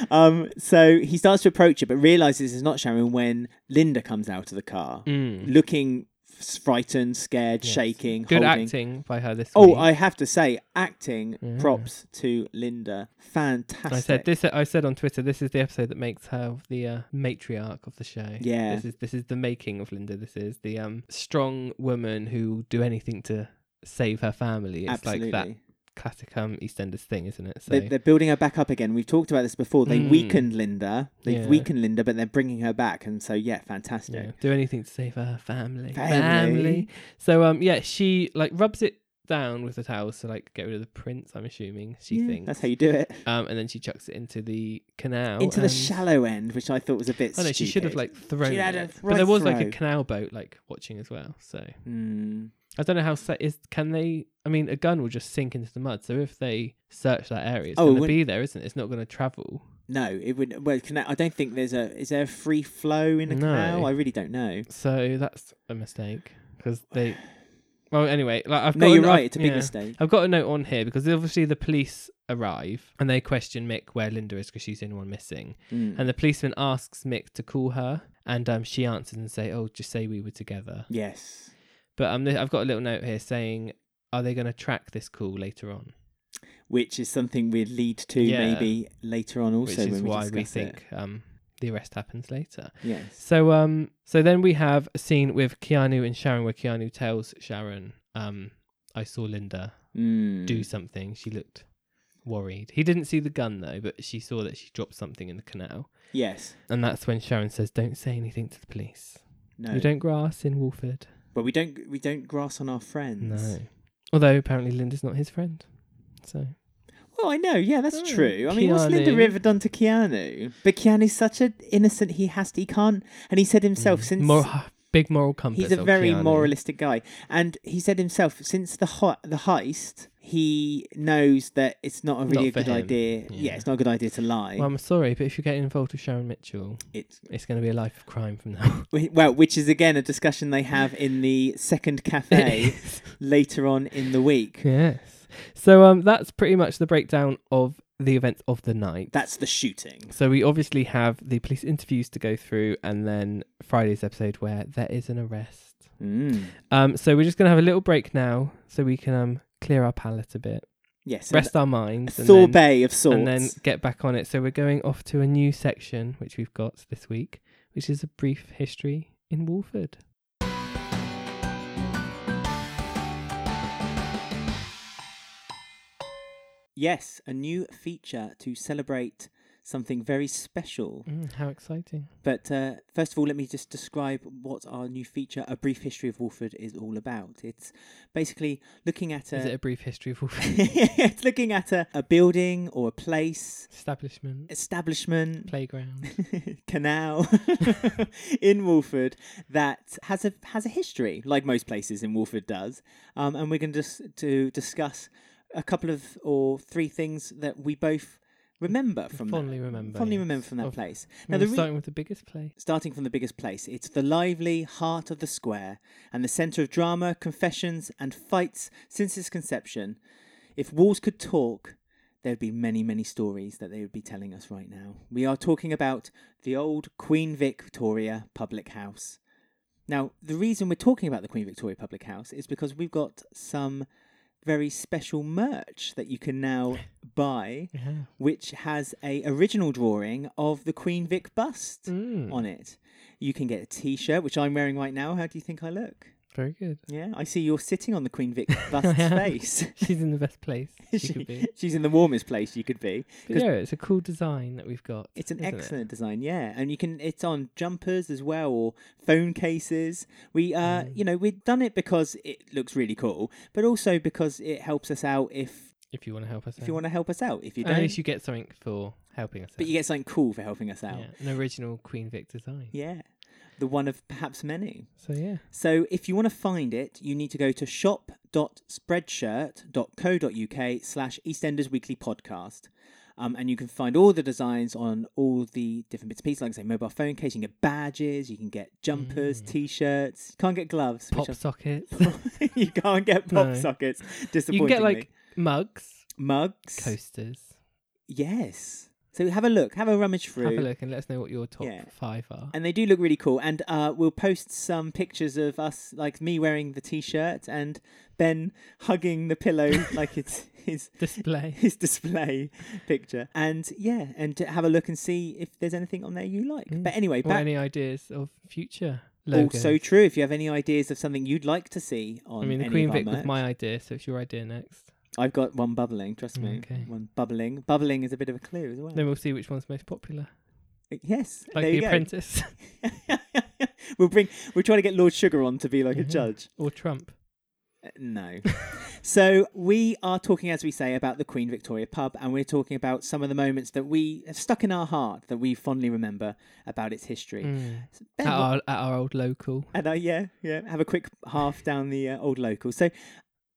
um, so he starts to approach her, but realizes it's not Sharon when Linda comes out of the car,
Mm.
looking f- frightened, scared,
Yes.
shaking,
Good
holding.
acting by her this
Oh,
week.
I have to say, acting
Yeah.
props to Linda. Fantastic.
I said this. I said on Twitter, this is the episode that makes her the uh, matriarch of the show.
Yeah.
this is this is the making of Linda. This is the um, strong woman who will do anything to save her family. It's
Absolutely.
like that classic um, EastEnders thing, isn't it? So
They, they're building her back up again. We've talked about this before. They
Mm.
weakened Linda. They've
Yeah.
weakened Linda, but they're bringing her back. And so, yeah, fantastic.
yeah, do anything to save her family.
Family.
So um, yeah, she like rubs it down with the towels to like get rid of the prints. I'm assuming she
Yeah,
thinks.
That's how you do it.
um, and then she chucks it into the canal.
Into the
Oh, and-
shallow end, which I thought was a bit.
I know she should have
stupid.
like thrown
She'd had
it,
a
but there
right
was like a
throw.
canal boat like watching as well. So
Mm.
I don't know how set is. Can they? I mean, a gun will just sink into the mud. So if they search that area, it's
Oh, it
going to
wouldn't-
be there, isn't it? It's not going to travel.
No, it would. Well, can I, I don't think there's a. Is there a free flow in a
No.
canal? I really don't know.
So that's a mistake because they. Well, anyway, like I've
no,
got.
you're
an-
right. It's a big
yeah.
mistake.
I've got a note on here because obviously the police arrive and they question Mick where Linda is because she's the only one missing.
Mm.
And the policeman asks Mick to call her, and um, she answers and say, "Oh, just say we were together."
yes.
But um, th- I've got a little note here saying, "Are they going to track this call later on?"
Which is something we'd lead to
Yeah.
maybe later on also
Which
when
is
we
why
discuss
we
it.
think um, the arrest happens later.
Yes.
So um, so then we have a scene with Keanu and Sharon where Keanu tells Sharon, um, "I saw Linda
Mm.
do something. She looked worried. He didn't see the gun though, but she saw that she dropped something in the canal."
Yes.
And that's when Sharon says, "Don't say anything to the police.
No.
You don't grass in Wolford."
But we don't. We don't grass on our friends.
No. Although apparently Linda's not his friend. So
Well, I know. Yeah, that's
Oh,
true. I mean, what's Linda
Keanu.
River done to Keanu? But Keanu's such an innocent. He has to. He can't. And he said himself since
Mor- big moral compass.
he's a
old
very
Keanu.
moralistic guy, and he said himself since the hot the heist, he knows that it's not a
Not
really a
for
good
him.
idea. Yeah.
Yeah.
it's not a good idea to lie.
Well, I'm sorry, but if you're getting involved with Sharon Mitchell,
it's
it's going to be a life of crime from now. on.
well, which is again a discussion they have in the second cafe later on in the week.
yes. So um, that's pretty much the breakdown of the events of the night.
That's the shooting.
so we obviously have the police interviews to go through, and then Friday's episode where there is an arrest.
Mm.
Um, so we're just going to have a little break now so we can um, clear our palate a bit,
Yes. and
rest our minds,
a
and then,
sorbet of sorts.
and then get back on it. So we're going off to a new section, which we've got this week, which is a brief history in Wolford.
yes, a new feature to celebrate something very special.
Mm, how exciting.
But uh, first of all, let me just describe what our new feature, A Brief History of Wolford, is all about. It's basically looking at
is it
a.
a brief history of Wolford
it's looking at a, a building or a place,
establishment,
establishment,
playground?
canal in Wolford that has a has a history, like most places in Wolford does. Um, and we're going to dis- to discuss a couple of or three things that we both remember from
fondly
that,
remember,
fondly
yes,
remember from that
of-
place.
Now,
Now the re-
starting with the biggest place.
starting from the biggest place, it's the lively heart of the square and the centre of drama, confessions, and fights since its conception. If walls could talk, there'd be many, many stories that they would be telling us right now. We are talking about the old Queen Victoria Public House. Now, the reason we're talking about the Queen Victoria Public House is because we've got some very special merch that you can now buy,
Yeah.
which has a original drawing of the Queen Vic bust
Mm,
on it. You can get a T-shirt, which I'm wearing right now. How do you think I look?
very good.
Yeah, I see you're sitting on the Queen Vic bust's
am.
face.
She's in the best place she, could be.
She's in the warmest place you could be.
But
'Cause-
yeah, it's a cool design that we've got.
It's an
isn't it?
excellent design, yeah, and you can. It's on jumpers as well, or phone cases. We, uh,
Mm.
you know, we've done it because it looks really cool, but also because it helps us out. If
If you want to help us
if you want to help us out, if you
to,
don't,
at least Uh. you get something for helping us
but
out.
you get something cool for helping us out.
yeah, an original Queen Vic design.
yeah. the one of perhaps many.
So yeah,
So if you want to find it, you need to go to shop.spreadshirt.co.uk slash EastEnders Weekly Podcast. Um, and you can find all the designs on all the different bits and pieces, like I say, mobile phone case, you can get badges, you can get jumpers,
Mm.
t-shirts, you can't get gloves.
pop
which
sockets.
I- you can't get pop
No.
sockets,
you can
disappointingly.
get like mugs,
mugs.
coasters.
Yes. So have a look, have a rummage through.
Have a look and let us know what your top
Yeah.
five are.
and they do look really cool. And uh, we'll post some pictures of us, like me wearing the t-shirt and Ben hugging the pillow, like it's his
Display.
his display picture. And yeah, and to have a look and see if there's anything on there you like.
Mm.
But anyway,
or
back
any ideas of future logos?
also true. If you have any ideas of something you'd like to see on,
I mean, the
any
Queen
of our
Vic was
merch-
my idea, so it's your idea next.
I've got one bubbling. Trust me,
Mm, okay.
one bubbling. Bubbling is a bit of a clue as well.
Then we'll see which one's most popular.
Yes,
Like
Oh. there you
The
go.
Apprentice
we'll bring. We're trying to get Lord Sugar on to be like a
Mhm.
judge.
or Trump.
Uh, No. so we are talking, as we say, about the Queen Victoria pub, and we're talking about some of the moments that we have stuck in our heart that we fondly remember about its history.
Mm.
So
At
Ben, what-
our, at our old local.
and uh, yeah, yeah, have a quick half down the uh, old local. So,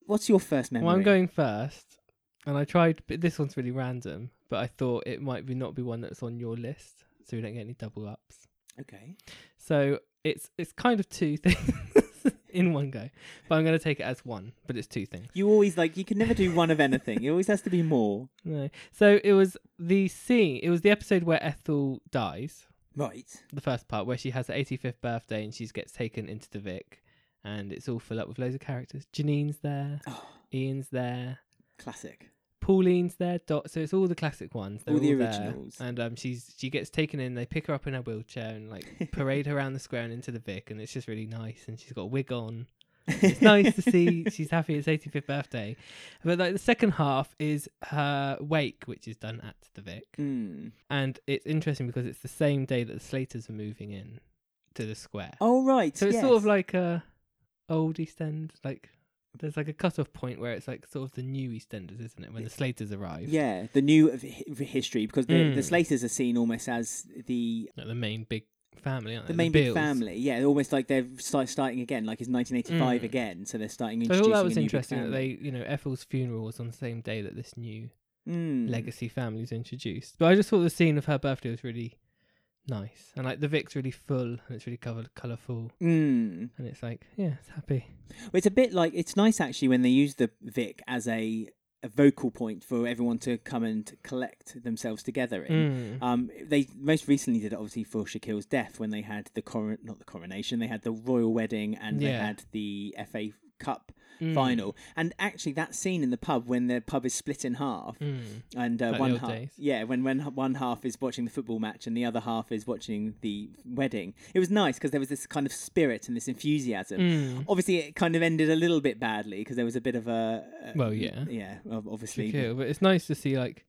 what's your first memory?
Well, I'm going first, and I tried, but this one's really random. But I thought it might be not be one that's on your list, so we don't get any double ups.
Okay.
So it's it's kind of two things in one go, but I'm going to take it as one. But it's two things.
You always like you can never do one of anything. It always has to be more.
No. So it was the scene. It was the episode where Ethel dies,
Right.
the first part where she has her 85th birthday and she gets taken into the Vic, and it's all filled up with loads of characters. Janine's there,
Oh,
Ian's there,
classic.
Pauline's there. Dot. So it's all the classic ones. They're
All
all
the
there.
originals.
And um, she's she gets taken in. They pick her up in her wheelchair and like parade her around the square and into the Vic, and it's just really nice. And she's got a wig on. It's nice to see she's happy. It's 85th birthday. But like the second half is her wake, which is done at the Vic,
Mm.
and it's interesting because it's the same day that the Slaters are moving in to the square.
Oh right.
so it's
yes.
sort of like a old East End like. There's like a cut-off point where it's like sort of the new EastEnders, isn't it? When the Slaters arrive.
yeah, the new of hi- history because the, the
Mm.
Slaters are seen almost as the
Like the main big family, aren't
the
they?
main big
Beals.
family. Yeah, almost like they're start, starting again, like it's 1985
Mm.
again. So they're starting
So I
introducing
thought that was
a new big
interesting that
family.
they, you know, Ethel's funeral was on the same day that this new
Mm.
legacy family was introduced. But I just thought the scene of her birthday was really nice, and like the Vic's really full and it's really covered, colourful,
Mm.
and it's like, yeah, it's happy.
Well, It's a bit like it's nice actually when they use the Vic as a a vocal point for everyone to come and collect themselves together in.
Mm.
Um, they most recently did it obviously for Shaquille's death when they had the coron not the coronation, they had the royal wedding and they
Yeah.
had the FA Cup
Mm.
final. And actually, that scene in the pub when the pub is split in half
Mm.
and uh,
Like the
one
old
half,
days.
yeah, when when h- one half is watching the football match and the other half is watching the wedding, it was nice because there was this kind of spirit and this enthusiasm.
Mm.
Obviously, it kind of ended a little bit badly because there was a bit of a, a
Well, yeah.
yeah, ob- obviously.
Shaquille, but it's nice to see like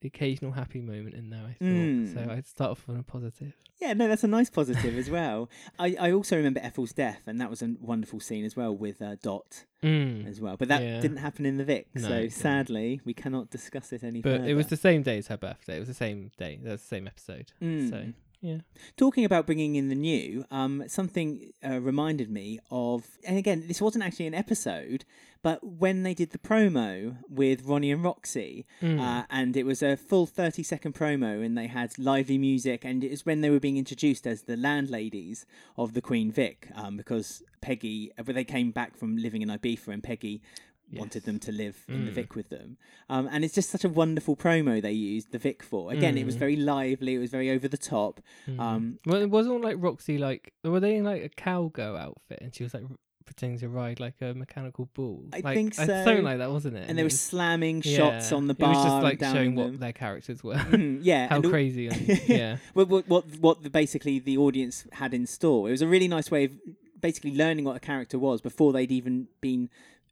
the occasional happy moment in there. I thought
Mm.
so. I'd start off on a positive.
Yeah, no, that's a nice positive as well. I, I also remember Ethel's death, and that was a wonderful scene as well with uh, Dot
Mm.
as well. But that
Yeah.
didn't happen in the Vic,
No, it
so
didn't.
sadly we cannot discuss it any
But
further.
it was the same day as her birthday. It was the same day. That was the same episode.
Mm.
So yeah.
Talking about bringing in the new, um, something uh, reminded me of, and again, this wasn't actually an episode, but when they did the promo with Ronnie and Roxy,
mm, Hmm.
uh, and it was a full 30 second promo, and they had lively music, and it was when they were being introduced as the landladies of the Queen Vic, um, because Peggy, but they came back from living in Ibiza, and Peggy. Wanted
Yes.
them to live in the
Mm.
Vic with them. Um, and it's just such a wonderful promo they used the Vic for. Again, it was
Mm.
very lively, it was very over the top.
Mm.
Um,
well, it wasn't like Roxy. Like were they in like a cowgirl outfit, and she was like r- pretending to ride like a mechanical bull.
I
like,
think
uh,
so.
Something like that, wasn't it?
and they were
it was-
slamming shots
yeah.
on the bar.
It was just
and
like
down
showing
them.
what their characters were.
Mm, yeah,
How
and all-
crazy. And, yeah.
What, what, what, what the, basically the audience had in store. It was a really nice way of basically learning what a character was before they'd even been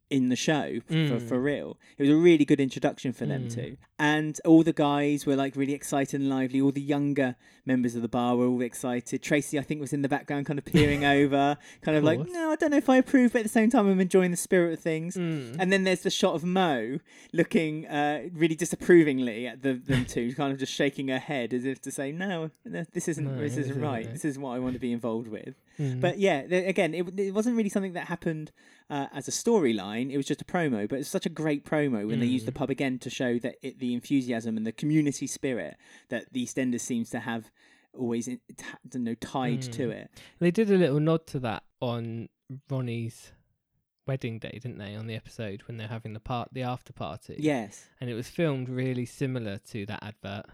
in the show f- for,
Mm.
for real. It was a really good introduction for them
Mm.
too. And all the guys were like really excited and lively. All the younger members of the bar were all excited. Tracy, I think, was in the background kind of peering over, kind of like,
course.
no, I don't know if I approve, but at the same time, I'm enjoying the spirit of things.
Mm.
Mm-hmm. And then there's the shot of Mo looking uh, really disapprovingly at the, them two, kind of just shaking her head as if to say, "No, th- this isn't
No,
this
it
isn't
isn't,
right.
no."
This is what I want to be involved with."
Mm.
But yeah, th- again, it, w- it wasn't really something that happened uh, as a storyline. It was just a promo, but it's such a great promo when they used the
Mm.
pub again to show that it, the enthusiasm and the community spirit that the EastEnders seems to have always in, t- you know, tied
Mm.
to it.
They did a little nod to that on Ronnie's wedding day, didn't they? On the episode when they're having the part, the after party.
Yes.
and it was filmed really similar to that advert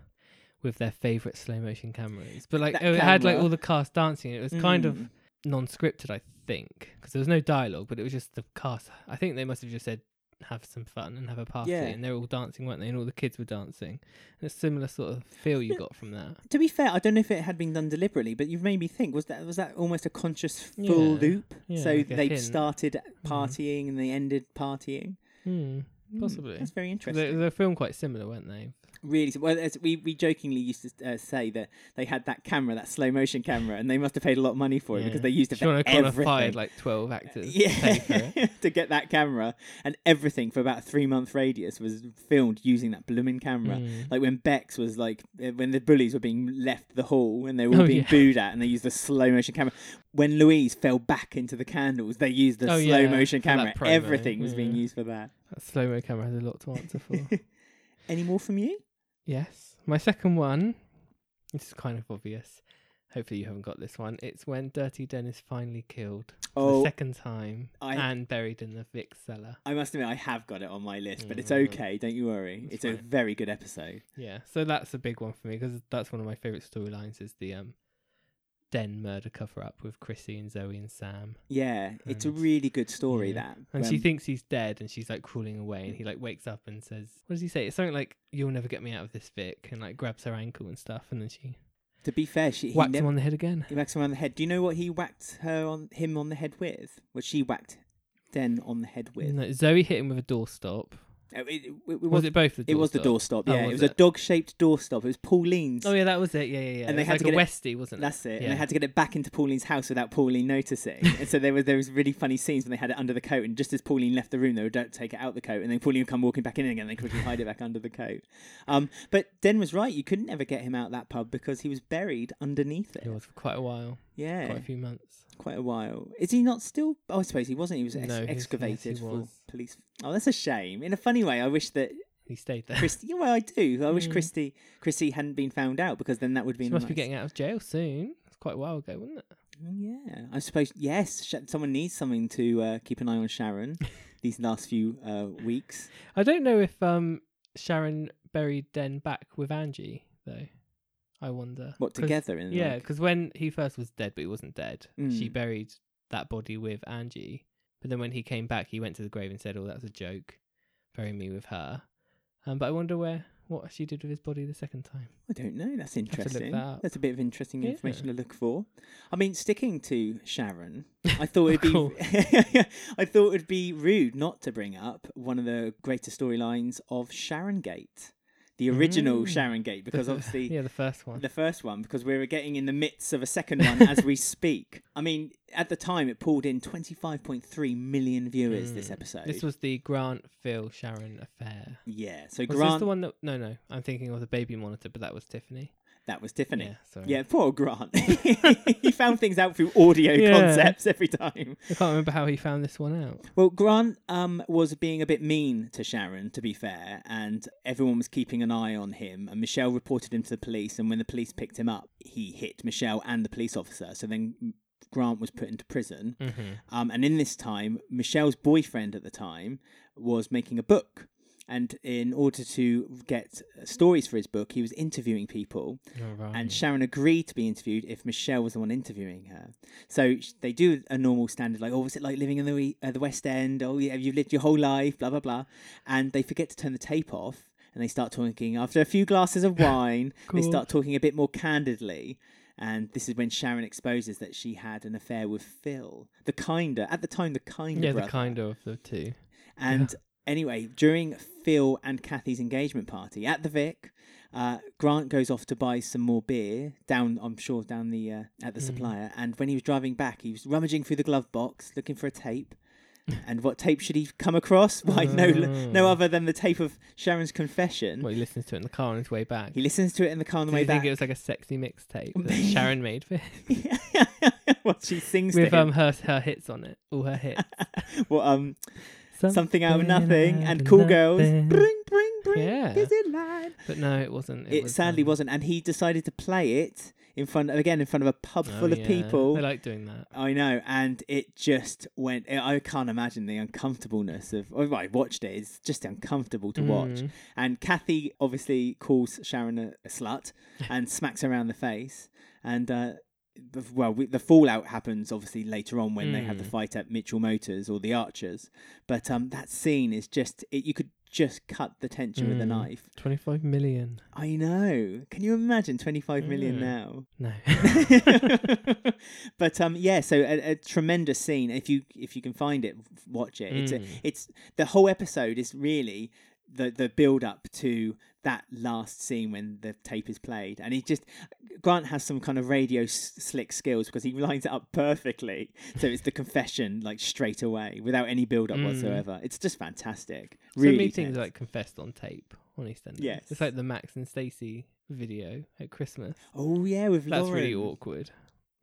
with their favorite slow motion cameras. But like,
That
it had like
camera.
all the cast dancing. It was kind of
Mm.
non-scripted, I think, because there was no dialogue, but it was just the cast. I think they must have just said, "Have some fun and have a party,"
Yeah.
and they're all dancing, weren't they? And all the kids were dancing. And a similar sort of feel you got from that.
To be fair, I don't know if it had been done deliberately, but you've made me think was that was that almost a conscious full
Yeah.
loop?
Yeah,
so
like a
they
hint.
started
Mm.
partying and they ended partying.
Hmm.
Hmm,
Possibly.
that's very interesting.
They, they filmed quite similar, weren't they?
Really, so- well, as we we jokingly used to uh, say that they had that camera, that slow motion camera, and they must have paid a lot of money for it
Yeah.
because they used it
Sean
for
O'Connor
everything.
fired like twelve actors. to pay for it.
yeah, to get that camera and everything for about a three month radius was filmed using that blooming camera.
Mm.
Like when Bex was like, uh, when the bullies were being left the hall and they were all
Oh,
being
yeah.
booed at, and they used the slow motion camera. When Louise fell back into the candles, they used the
Oh,
slow
yeah,
motion
for that
camera.
promo,
Everything was being
yeah.
used for that.
That slow mo camera has a lot to answer for.
Any more from you?
yes. My second one, this is kind of obvious. Hopefully you haven't got this one. It's when Dirty Den is finally killed for the
Oh,
second time
I-
and buried in the Vic cellar.
I must admit, I have got it on my list, but it's
Mm.
okay. Don't you worry.
That's
it's a
fine.
very good episode.
Yeah. So that's a big one for me because that's one of my favourite storylines is the um Den murder cover up with Chrissy and Zoe and Sam.
Yeah, it's a
And-
really good story.
yeah.
That
And she
Um,
thinks he's dead and she's like crawling away and he like wakes up and says what does he say? It's something like, You'll never get me out of this Vic and like grabs her ankle and stuff and then she
to be fair, she he
whacks him
never,
on the head again.
he whacks him on the head. Do you know what he whacked her on him on the head with? What she whacked then on the head with?
No, Zoe hit him with a doorstop.
Uh, It, it- it
Was,
was
it both the doorstop?
It was the doorstop.
Oh,
Yeah, it
was
was a
it?
dog-shaped doorstop. It was Pauline's.
Oh yeah, that was it. Yeah, yeah, yeah.
And
And
they
they
had
like
to
a
get it-
Westie, wasn't it?
That's it. And
Yeah.
they had to get it back into Pauline's house without Pauline noticing. and so there was there was really funny scenes when they had it under the coat, and just as Pauline left the room, they would don't take it out the coat, and then Pauline would come walking back in again, and they quickly hide it back under the coat. Um, but Den was right. You couldn't ever get him out that pub because he was buried underneath it.
It was for quite a while,
yeah,
quite a few months.
quite a while. Is he not still? Oh, I suppose he wasn't. He was ex-
No, he's- yes, he
excavated for
was.
police. Oh, that's a shame. In a funny way, I wish that
He stayed there.
Christy. Yeah, well, I do. I wish
Mm.
Christy Christy hadn't been found out because then that would be.
She must be
nice.
getting out of jail soon. It's quite a while ago, wasn't it?
Mm, Yeah, I suppose. Yes, Sha- someone needs something to uh, keep an eye on Sharon. these last few uh, weeks.
I don't know if um, Sharon buried Den back with Angie though. I wonder.
What
'Cause-
together in
Yeah,
like,
because when he first was dead, but he wasn't dead, she
Mm.
buried that body with Angie. But then when he came back, he went to the grave and said, "Oh, that's a joke, bury me with her." Um, but I wonder where what she did with his body the second time.
I don't know. That's
look
interesting.
that up.
That's a bit of interesting
Yeah.
information to look for. I mean, sticking to Sharon, I thought it'd
Cool.
be I thought it'd be rude not to bring up one of the greater storylines of Sharon Gate, the original
Mm.
Sharon Gate, because
The-
obviously
yeah, the first one.
the first one because we were getting in the midst of a second one as we speak. I mean, at the time it pulled in 25.3 million viewers this
Mm.
episode.
This was the Grant Phil Sharon affair.
yeah, so
Was this
Grant
the one that? No, no. I'm thinking of the baby monitor, but that was Tiffany.
that was Tiffany.
Yeah, sorry.
Yeah, poor Grant. he found things out through audio
Yeah.
concepts every time.
I can't remember how he found this one out.
Well, Grant um, was being a bit mean to Sharon, to be fair, and everyone was keeping an eye on him. And Michelle reported him to the police, and when the police picked him up, he hit Michelle and the police officer. So then Grant was put into prison.
Mm-hmm.
Um, and in this time, Michelle's boyfriend at the time was making a book. And in order to get stories for his book, he was interviewing people
All right.
and Sharon agreed to be interviewed if Michelle was the one interviewing her. So sh- they do a normal standard, like, oh, was it like living in the we- uh, the West End? Oh, yeah, you've lived your whole life, blah blah blah. And they forget to turn the tape off, and they start talking after a few glasses of wine. They
Cool.
start talking a bit more candidly. And this is when Sharon exposes that she had an affair with Phil, the kinder at the time, the kinder
yeah,
brother.
the kind of the two.
And anyway, during Phil and Kathy's engagement party at the Vic, uh, Grant goes off to buy some more beer down, I'm sure, down the uh, at the
Hmm.
supplier. And when he was driving back, he was rummaging through the glove box looking for a tape. and what tape should he come across? Why no, no
Oh.
other than the tape of Sharon's confession.
Well, he listens to it in the car on his way back.
Mm. He listens to it in the car on the
Do
way
you
back.
think it was like a sexy mixtape that Sharon made for him
what she sings
with
to him.
um her her hits on it, all her hits.
What, um, something out
Something
of nothing
out
and
of
cool girls.
nothing.
Bring, bring, bring.
Yeah.
Busy line.
But no, it wasn't.
It sadly wasn't, and he decided to play it in front again in front of a pub
um, oh,
full of
yeah,
people.
They like doing that.
I know, and it just went. eh, I I can't imagine the uncomfortableness of. oh, I watched it; it's just uncomfortable to watch.
Mm.
And Kathy obviously calls Sharon a, a slut and smacks her around the face. And uh, the- well, we, the fallout happens obviously later on when they have the
Mm.
fight at Mitchell Motors or the Archers. But um, that scene is just. It, you could just cut the tension with a
Mm.
knife.
Twenty-five million.
I know. Can you imagine 25 million
Mm.
now?
No.
but um yeah, so a, a tremendous scene. If you if you can find it, watch it. It's a,
Mm.
it's the whole episode is really the the build up to that last scene when the tape is played and he just grant has some kind of radio s- slick skills because he lines it up perfectly so it's the confession like straight away without any build up
Mm.
whatsoever it's just fantastic
so
really
many things
tense.
like confessed on tape on EastEnders.
Yes.
It's like the Max and Stacey video at Christmas.
oh yeah with
That's really
Lauren.
awkward.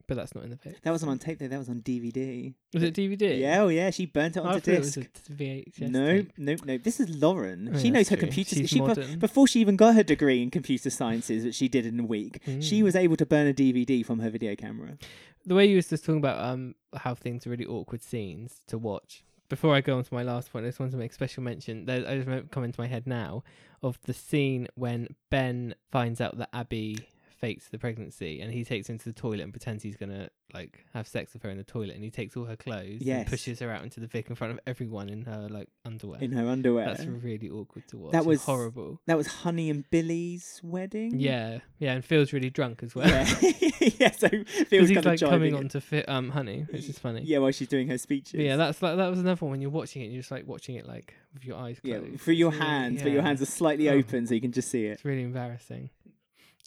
But that's not in the bit.
That wasn't on tape though. That was on DVD.
Was it DVD?
Yeah, oh yeah, she burnt it
I
onto
thought it was
disc.
a VHS.
No,
tape.
no, no. This is Lauren.
Oh,
she
yeah,
knows her
that's true.
computer.
She's
she bu-
modern.
before she even got her degree in computer sciences, which she did in a week, she
Mm.
was able to burn a DVD from her video camera.
the way you was just talking about um how things are really awkward scenes to watch. Before I go on to my last point, I just want to make special mention. There, I just remember coming to my head now of the scene when Ben finds out that Abby fakes the pregnancy, and he takes her into the toilet and pretends he's gonna like have sex with her in the toilet, and he takes all her clothes and
Yes.
pushes her out into the vic in front of everyone in her like underwear.
In her underwear.
That's really awkward to watch.
That
and
was-
horrible.
that was Honey and Billy's wedding.
Yeah, yeah, and Phil's really drunk as well.
Yeah. yeah. So Phil's
Because
kind
he's like
of
coming
chiming
on to fit um honey, which is funny.
Yeah, while she's doing her speeches.
But yeah, that's like that was another one. When you're watching it, you're just like watching it like with your eyes
Yeah,
closed.
through your
It's really-
hands, but your
yeah.
hands are slightly
Oh.
open, so you can just see it.
It's really embarrassing.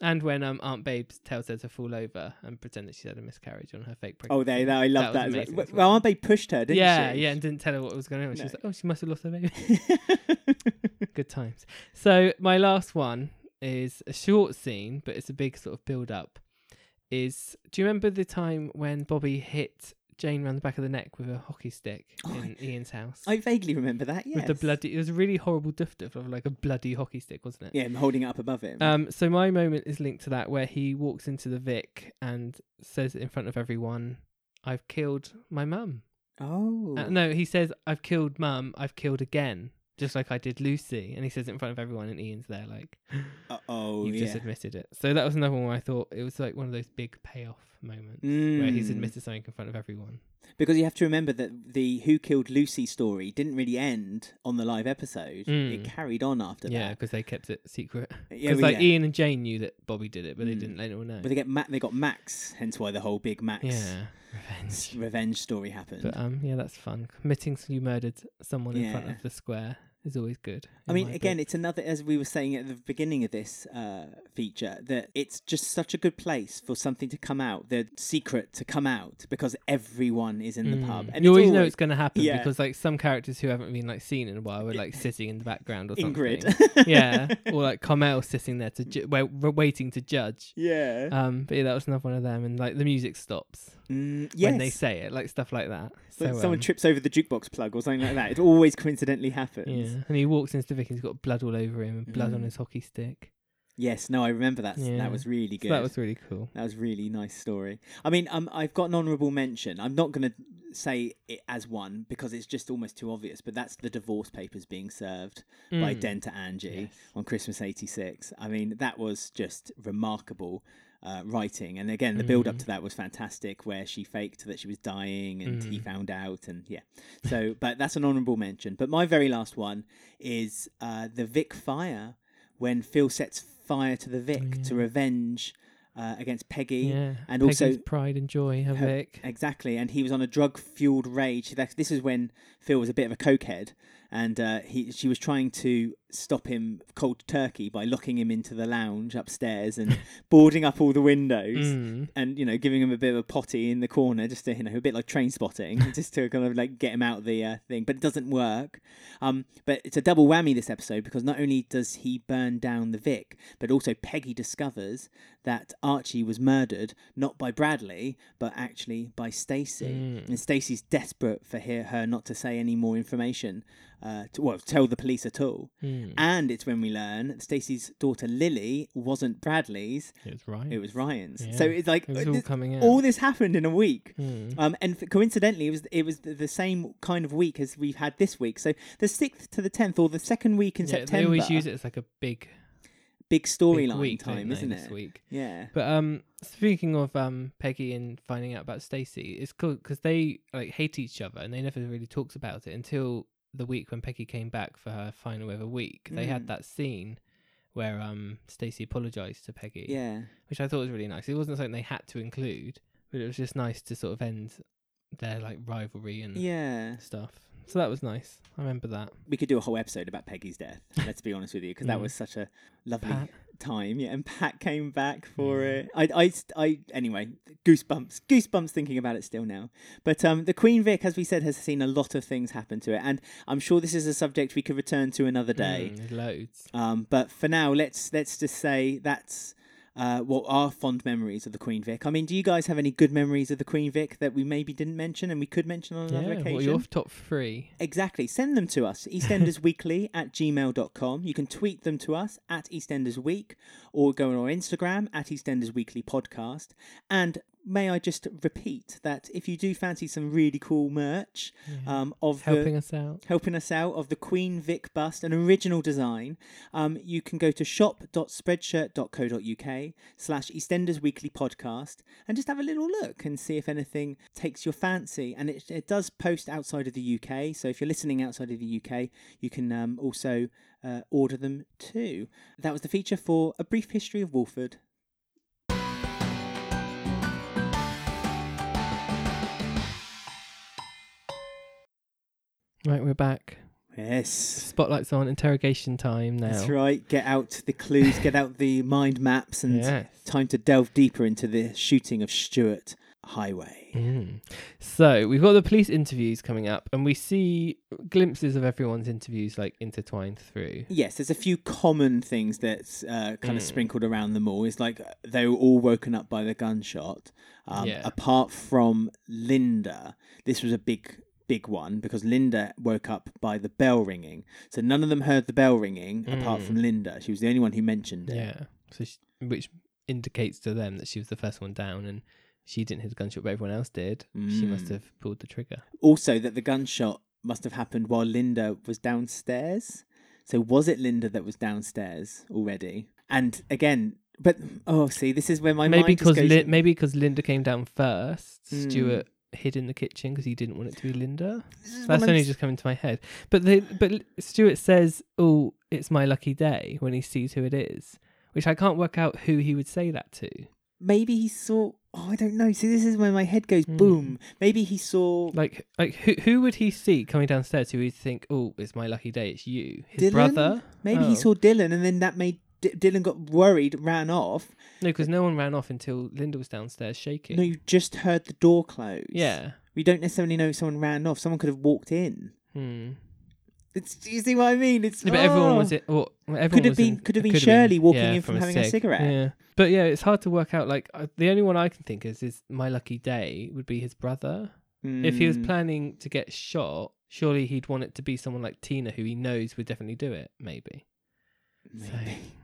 And when um Aunt Babes tells her to fall over and pretend that she's had a miscarriage on her fake pregnancy.
Oh, there, there I
That
love that.
was
that.
amazing
Well,
as well.
aren't they pushed her? Didn't
yeah,
she?
yeah, and didn't tell her what was going on. She was
No.
like, "Oh, she must have lost her baby."
yeah.
Good times. So my last one is a short scene, but it's a big sort of build up. Is do you remember the time when Bobby hit Jane round the back of the neck with a hockey stick
Oh,
in Ian's house?
I vaguely remember that. Yes.
With the bloody, it was a really horrible duff duff of like a bloody hockey stick, wasn't it?
Yeah, I'm holding it up above him.
Um, so my moment is linked to that, where he walks into the Vic and says in front of everyone, "I've killed my mum,"
Oh.
Uh, no, he says, I've killed mum, I've killed again, just like I did Lucy. And he says it in front of everyone, and Ian's there, like,
oh.
you've
Yeah.
just admitted it. So that was another one where I thought it was like one of those big payoff moments where he's
Mm.
admitted something in front of everyone.
Because you have to remember that the Who Killed Lucy story didn't really end on the live episode.
Mm.
It carried on after
Yeah,
that.
because they kept it secret.
Yeah,
Because
well,
like
yeah.
Ian and Jane knew that Bobby did it, but they
Mm.
didn't let anyone know.
But they get Ma- they got Max, hence why the whole big Max
yeah, revenge.
revenge story happened.
But um, yeah, that's fun. Committing so you murdered someone in front
Yeah.
of the square is always good.
I
in
mean,
my
again,
book.
it's another, as we were saying at the beginning of this uh, feature, that it's just such a good place for something to come out, the secret to come out, because everyone is in the
Mm.
pub.
you always,
it's
know it's going to happen
Yeah.
because like some characters who haven't been like seen in a while were like sitting in the background or something.
Ingrid.
yeah, or like Carmel sitting there to ju- well, we're waiting to judge.
yeah.
Um, but yeah, that was another one of them, and like the music stops
Mm, yes.
when they say it, like stuff like that. So
When someone
um,
trips over the jukebox plug or something like that. It always coincidentally happens.
Yeah, and he walks into Vic and he's got blood all over him and blood on
Mm.
his hockey stick.
Yes, no, I remember that.
Yeah.
That was really
So
good.
that was really cool.
That was really nice story. I mean, um, I've got an honourable mention. I'm not going to say it as one because it's just almost too obvious. But that's the divorce papers being served by
Mm.
Den to Angie
Yes.
on Christmas '86. I mean, that was just remarkable uh, writing. And again, the build up
Mm-hmm.
to that was fantastic, where she faked that she was dying and
Mm.
he found out, and yeah. So, but that's an honourable mention. But my very last one is uh, the Vic fire when Phil sets fire to the Vic to revenge uh, against Peggy
Mm. Yeah,
and
Peggy's
also
pride and joy, huh, Vic.
exactly and he was on a drug fueled rage That- this is when phil was a bit of a cokehead and uh, he she was trying to stop him cold turkey by locking him into the lounge upstairs and boarding up all the windows
Mm.
and you know giving him a bit of a potty in the corner just to you know a bit like train spotting just to kind of like get him out of the uh, thing but it doesn't work um but it's a double whammy this episode because not only does he burn down the vic but also peggy discovers that archie was murdered not by bradley but actually by stacy
Mm.
and stacy's desperate for her, her not to say any more information uh to, well tell the police at all
Mm.
and it's when we learn that stacy's daughter lily wasn't bradley's
It's right.
it was Ryan's. So
Yeah.
it's like
It was
uh,
all
this-
coming out.
all this happened in a week.
Mm.
Um, and f- coincidentally, it was it was the, the same kind of week as we've had this week. So the sixth to the tenth, or the second week in
Yeah,
September,
they always use it as like a big,
big
big
storyline
week
time,
don't they,
isn't
this
it?
Week.
Yeah.
But um, speaking of um Peggy and finding out about Stacy, it's cool because they like hate each other and they never really talked about it until the week when Peggy came back for her final ever week. They had
Mm.
that scene where um Stacy apologized to Peggy,
Yeah.
which I thought was really nice. It wasn't something they had to include, but it was just nice to sort of end their like rivalry and
Yeah.
stuff. So that was nice. I remember that.
We could do a whole episode about Peggy's death. Let's be honest with you, because that
Mm.
was such a lovely
Pat. Hmm.
time. Yeah, and Pat came back for
Yeah.
it. I, I, st- I, anyway, goosebumps, goosebumps thinking about it still now. But um, the Queen Vic, as we said, has seen a lot of things happen to it, and I'm sure this is a subject we could return to another day.
Mm, there's loads.
Um, but for now, let's let's just say that's uh, what are fond memories of the Queen Vic. I mean, do you guys have any good memories of the Queen Vic that we maybe didn't mention and we could mention on
Yeah,
another
what
occasion?
are your top three?
Exactly. Send them to us, eastendersweekly at gmail.com. You can tweet them to us at eastendersweek or go on our Instagram at eastendersweekly podcast. And may I just repeat that if you do fancy some really cool merch
Yeah.
um, of the
Helping us out.
helping us out of the Queen Vic bust, an original design, um, you can go to shop.spreadshirt.co.uk slash EastEnders Weekly Podcast and just have a little look and see if anything takes your fancy. And it, it does post outside of the UK, so if you're listening outside of the UK, you can um, also uh, order them too. That was the feature for A Brief History of Wolford.
Right, we're back.
Yes.
Spotlight's on. Interrogation time now.
That's right. Get out the clues, get out the mind maps, and
Yes.
time to delve deeper into the shooting of Stuart Highway.
Mm. So we've got the police interviews coming up, and we see glimpses of everyone's interviews like intertwined through.
Yes, there's a few common things that's uh, kind
Mm.
of sprinkled around them all. It's like uh, they were all woken up by the gunshot. Um,
Yeah.
Apart from Linda, this was a big, big one because Linda woke up by the bell ringing. So none of them heard the bell ringing apart
Mm.
from Linda. She was the only one who mentioned it.
Yeah. So, she, which indicates to them that she was the first one down, and She didn't hear the gunshot, but everyone else did. She must
Mm.
have pulled the trigger.
Also, that the gunshot must have happened while Linda was downstairs. So, was it Linda that was downstairs already? And again, but oh, see, this is where my
maybe
mind just
because
goes-
Lin- maybe because Linda came down first.
Mm.
Stuart hid in the kitchen because he didn't want it to be Linda.
This is
That's
when I'm
only
s-
just coming to my head. But the but L- Stuart says, "Oh, it's my lucky day" when he sees who it is, which I can't work out who he would say that to.
maybe he saw. Oh, I don't know. See, this is where my head goes
Mm.
boom. Maybe he saw.
Like like who who would he see coming downstairs who would think, "Oh, it's my lucky day. It's you, his
Dylan?
brother."
Maybe
Oh.
he saw Dylan, and then that made D- Dylan got worried, ran off.
No, because no one ran off until Linda was downstairs shaking.
Uh, No, you just heard the door close.
yeah.
we don't necessarily know if someone ran off. Someone could have walked in.
Hmm.
It's do you see what I mean? It's
No, but everyone
oh.
was it. Well, everyone
Could have
was
been-
in-
could have been
it
Shirley walking in from
a
having a cigarette.
Yeah, but yeah, it's hard to work out. Like uh, the only one I can think is is my lucky day would be his brother. If he was
Mm.
planning to get shot, surely he'd want it to be someone like Tina, who he knows would definitely do it. Maybe
Hmm,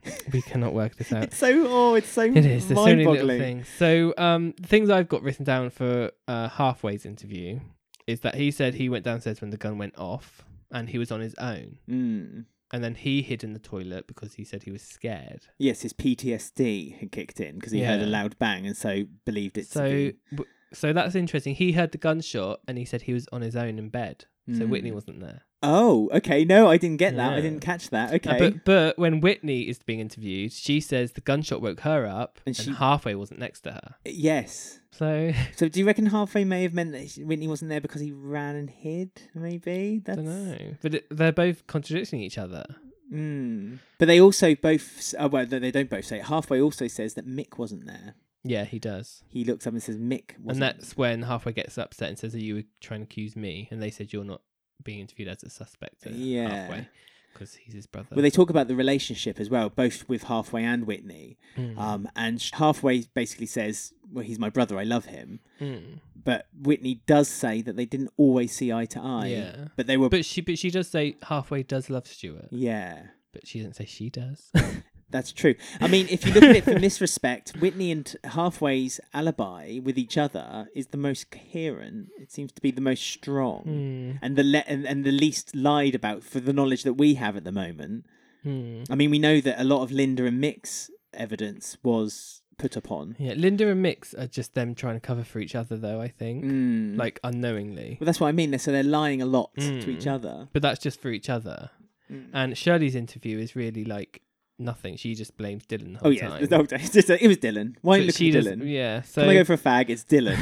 Maybe.
we cannot work this out.
It's so oh, it's so
Uh, It is. There's so many little
mind-boggling.
things. So um, the things I've got written down for uh, halfway's interview is that he said he went downstairs when the gun went off and he was on his own.
Mm.
And then he hid in the toilet because he said he was scared.
Yes, his PTSD had kicked in because he heard a
Yeah.
loud bang and so believed it.
so
to be.
w- so that's interesting. He heard the gunshot and he said he was on his own in bed. So
Mm.
Whitney wasn't there.
oh, okay, no, I didn't get that.
Yeah.
I didn't catch that.
Uh,
Okay,
but but when Whitney is being interviewed, she says the gunshot woke her up and,
And she-
halfway wasn't next to her.
yes.
So
So do you reckon halfway may have meant that Whitney wasn't there because he ran and hid? Maybe
I
that's.
don't know. But it, they're both contradicting each other.
Mm. But they also both. s- Oh, well, no, they don't both say it. Halfway also says that Mick wasn't there.
Yeah, he does.
He looks up and says Mick
and
wasn't.
that's when halfway gets upset and says that you were trying to accuse me, and they said you're not being interviewed as a suspect. uh,
Yeah.
halfway because he's his brother.
Well, they talk about the relationship as well, both with Halfway and Whitney.
Mm,
Um, and sh- Halfway basically says, "Well, he's my brother. I love him."
mm.
But Whitney does say that they didn't always see eye to eye.
Yeah.
But they were.
But she but she does say halfway does love Stuart,
yeah,
but she didn't say she does.
that's true. I mean, if you look at it from this respect, Whitney and Halfway's alibi with each other is the most coherent. It seems to be the most strong.
Mm,
And the le- and, and the least lied about for the knowledge that we have at the moment.
mm.
I mean, we know that a lot of Linda and Mick's evidence was put upon.
Yeah, Linda and Mix are just them trying to cover for each other, though. I think,
Mm.
like unknowingly,
Well, that's what I mean. They're- So they're lying a lot to each
Mm.
other.
but that's just for each other.
Mm.
And Shirley's interview is really like nothing. She just blames Dylan the whole
Oh yeah,
time.
the dog day. It's just a- it was Dylan. Why
So
look at
she does-
Dylan?
Yeah. So
Can I go for a fag? It's Dylan.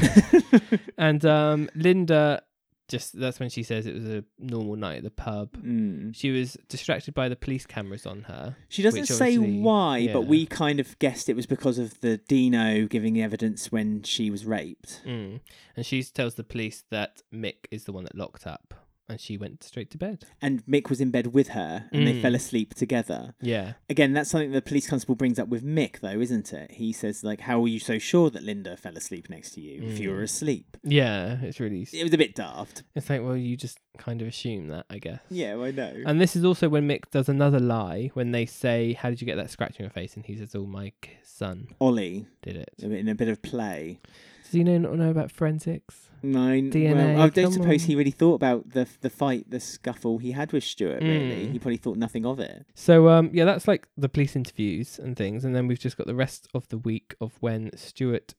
And um, Linda, just that's when she says it was a normal night at the pub.
Mm.
She was distracted by the police cameras on her.
She doesn't
Which
say
obviously-
why, but
yeah.
we kind of guessed it was because of the Dino giving evidence when she was raped.
Mm. And she tells the police that Mick is the one that locked up. And she went straight to bed.
And Mick was in bed with her, and
Mm.
they fell asleep together.
Yeah.
Again, that's something the police constable brings up with Mick, though, isn't it? He says, like, how are you so sure that Linda fell asleep next to you if you
Mm.
were asleep?
Yeah. It's really.
It was a bit daft.
It's like, well, you just kind of assume that, I guess.
Yeah, I know.
And this is also when Mick does another lie when they say, How did you get that scratch on your face? And he says, Oh, my k- son
Ollie,
did it.
in a bit of play.
Does he know, not know about forensics?
Nine.
DNA,
well, I don't
come
suppose
on.
he really thought about the the fight, the scuffle he had with Stuart. Really,
Mm.
he probably thought nothing of it.
So um yeah, that's like the police interviews and things, and then we've just got the rest of the week of when Stuart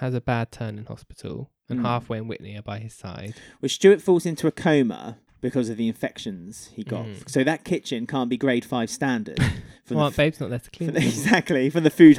has a bad turn in hospital, and
Mm.
halfway and Whitney are by his side.
Well, Stuart falls into a coma because of the infections he got.
Mm.
So that kitchen can't be grade five standard. from
well,
the f-
babe's not there to
from
clean.
the-
it.
exactly from the Food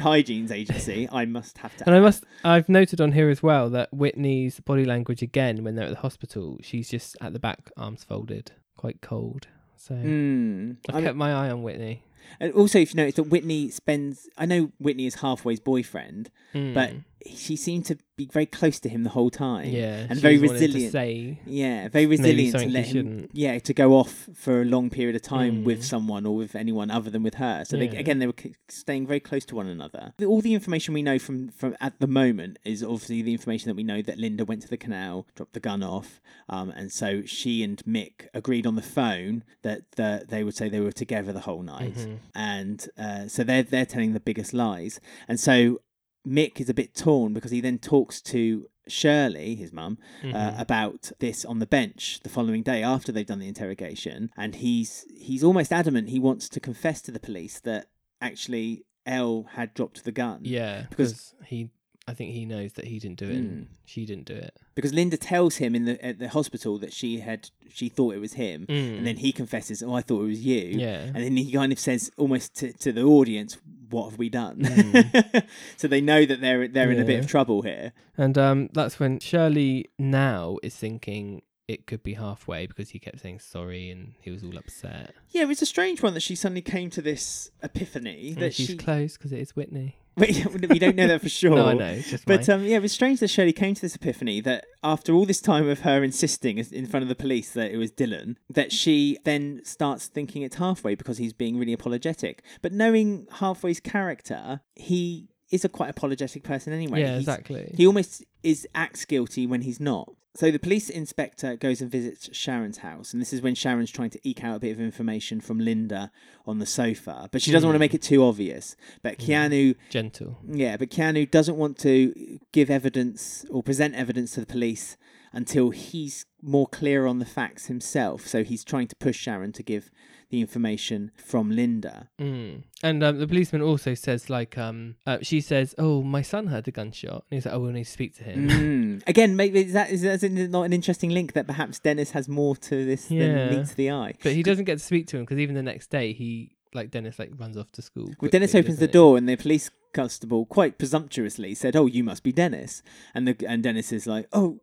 Hygiene's Agency. I must have to.
And I must, I've noted on here as well that Whitney's body language again when they're at the hospital, she's just at the back, arms folded, quite cold. So
Mm.
I've
I mean-
kept my eye on Whitney.
and also, if you notice that Whitney spends, I know Whitney is halfway's boyfriend,
Mm.
but she seemed to be very close to him the whole time.
yeah,
and
she
very
was wanting
resilient.
To say,
Yeah, very
maybe
resilient to
something
let
she
him
shouldn't.
yeah to go off for a long period of time
Mm.
with someone or with anyone other than with her so they,
Yeah.
again they were c- staying very close to one another The- all the information we know from from at the moment is obviously the information that we know that linda went to the canal dropped the gun off um, and so she and mick agreed on the phone that the, they would say they were together the whole night uh,
Mhm.
and uh, so they're they're telling the biggest lies and so Mick is a bit torn because he then talks to Shirley, his mum, uh,
Mhm.
about this on the bench the following day after they've done the interrogation, and he's he's almost adamant he wants to confess to the police that actually L had dropped the gun.
Yeah, because
because- Mm.
he, I think he knows that he didn't do it. and She didn't do it.
Because Linda tells him in the at the hospital that she had she thought it was him, and then he confesses, "Oh, I thought it was you."
Mm-hmm. Mm. yeah,
And then he kind of says almost to, to the audience, "What have we done?" so they know that they're they're in a bit
Mm. Yeah.
of trouble here.
and um, that's when Shirley now is thinking it could be halfway because he kept saying sorry and he was all upset.
Yeah, it's a strange one that she suddenly came to this epiphany
And
that
she's
she.
close because it is Whitney.
we we don't know that for sure.
No, I know. it's just
But
mine.
um, yeah, it was strange that Shirley came to this epiphany that after all this time of her insisting as- in front of the police that it was Dylan, that she then starts thinking it's halfway because he's being really apologetic. But knowing halfway's character, he is a quite apologetic person anyway.
yeah,
He's-
exactly.
He almost is acts guilty when he's not. So the police inspector goes and visits Sharon's house, and this is when Sharon's trying to eke out a bit of information from Linda on the sofa, but she doesn't
Hmm.
want to make it too obvious. But Keanu
Gentle.
yeah, but Keanu doesn't want to give evidence or present evidence to the police until he's more clear on the facts himself. So he's trying to push Sharon to give the information from Linda.
Mm. And um, the policeman also says, like, um, uh, she says, "Oh, my son heard the gunshot," and he's like, "Oh, we'll need to speak to him."
Mm. Again, maybe is that is that not an interesting link that perhaps Dennis has more to this
Yeah.
than meets the eye.
But he doesn't get to speak to him because even the next day, he like Dennis like runs off to school.
Well, Dennis
quickly,
opens the
doesn't he?
door, and the police constable, quite presumptuously, said, "Oh, you must be Dennis." And the and Dennis is like, "Oh,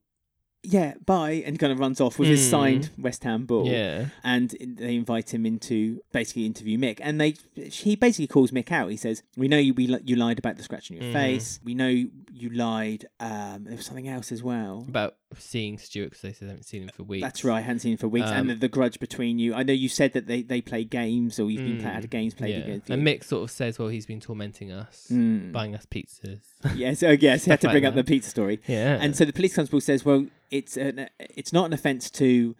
yeah, bye," and kind of runs off with his
Mm.
signed West Ham ball.
Yeah,
and they invite him in to basically interview Mick. And they he basically calls Mick out. He says, "We know you we, li- you lied about the scratch on your
Mhm.
face. We know you lied. Um, there was something else as well."
about seeing Stuart because they said they haven't seen him for weeks.
That's right, I hadn't seen him for weeks,
Um,
and the, the grudge between you. I know you said that they, they play games, or you've been
Mm,
play, had games played
Yeah.
against you.
And Mick sort of says, "Well, he's been tormenting us,
Mm.
buying us pizzas."
Yes, oh yes, he had to
Stuff
bring
like
up
that.
the pizza story.
yeah,
And so the police constable says, "Well, it's an, it's not an offence to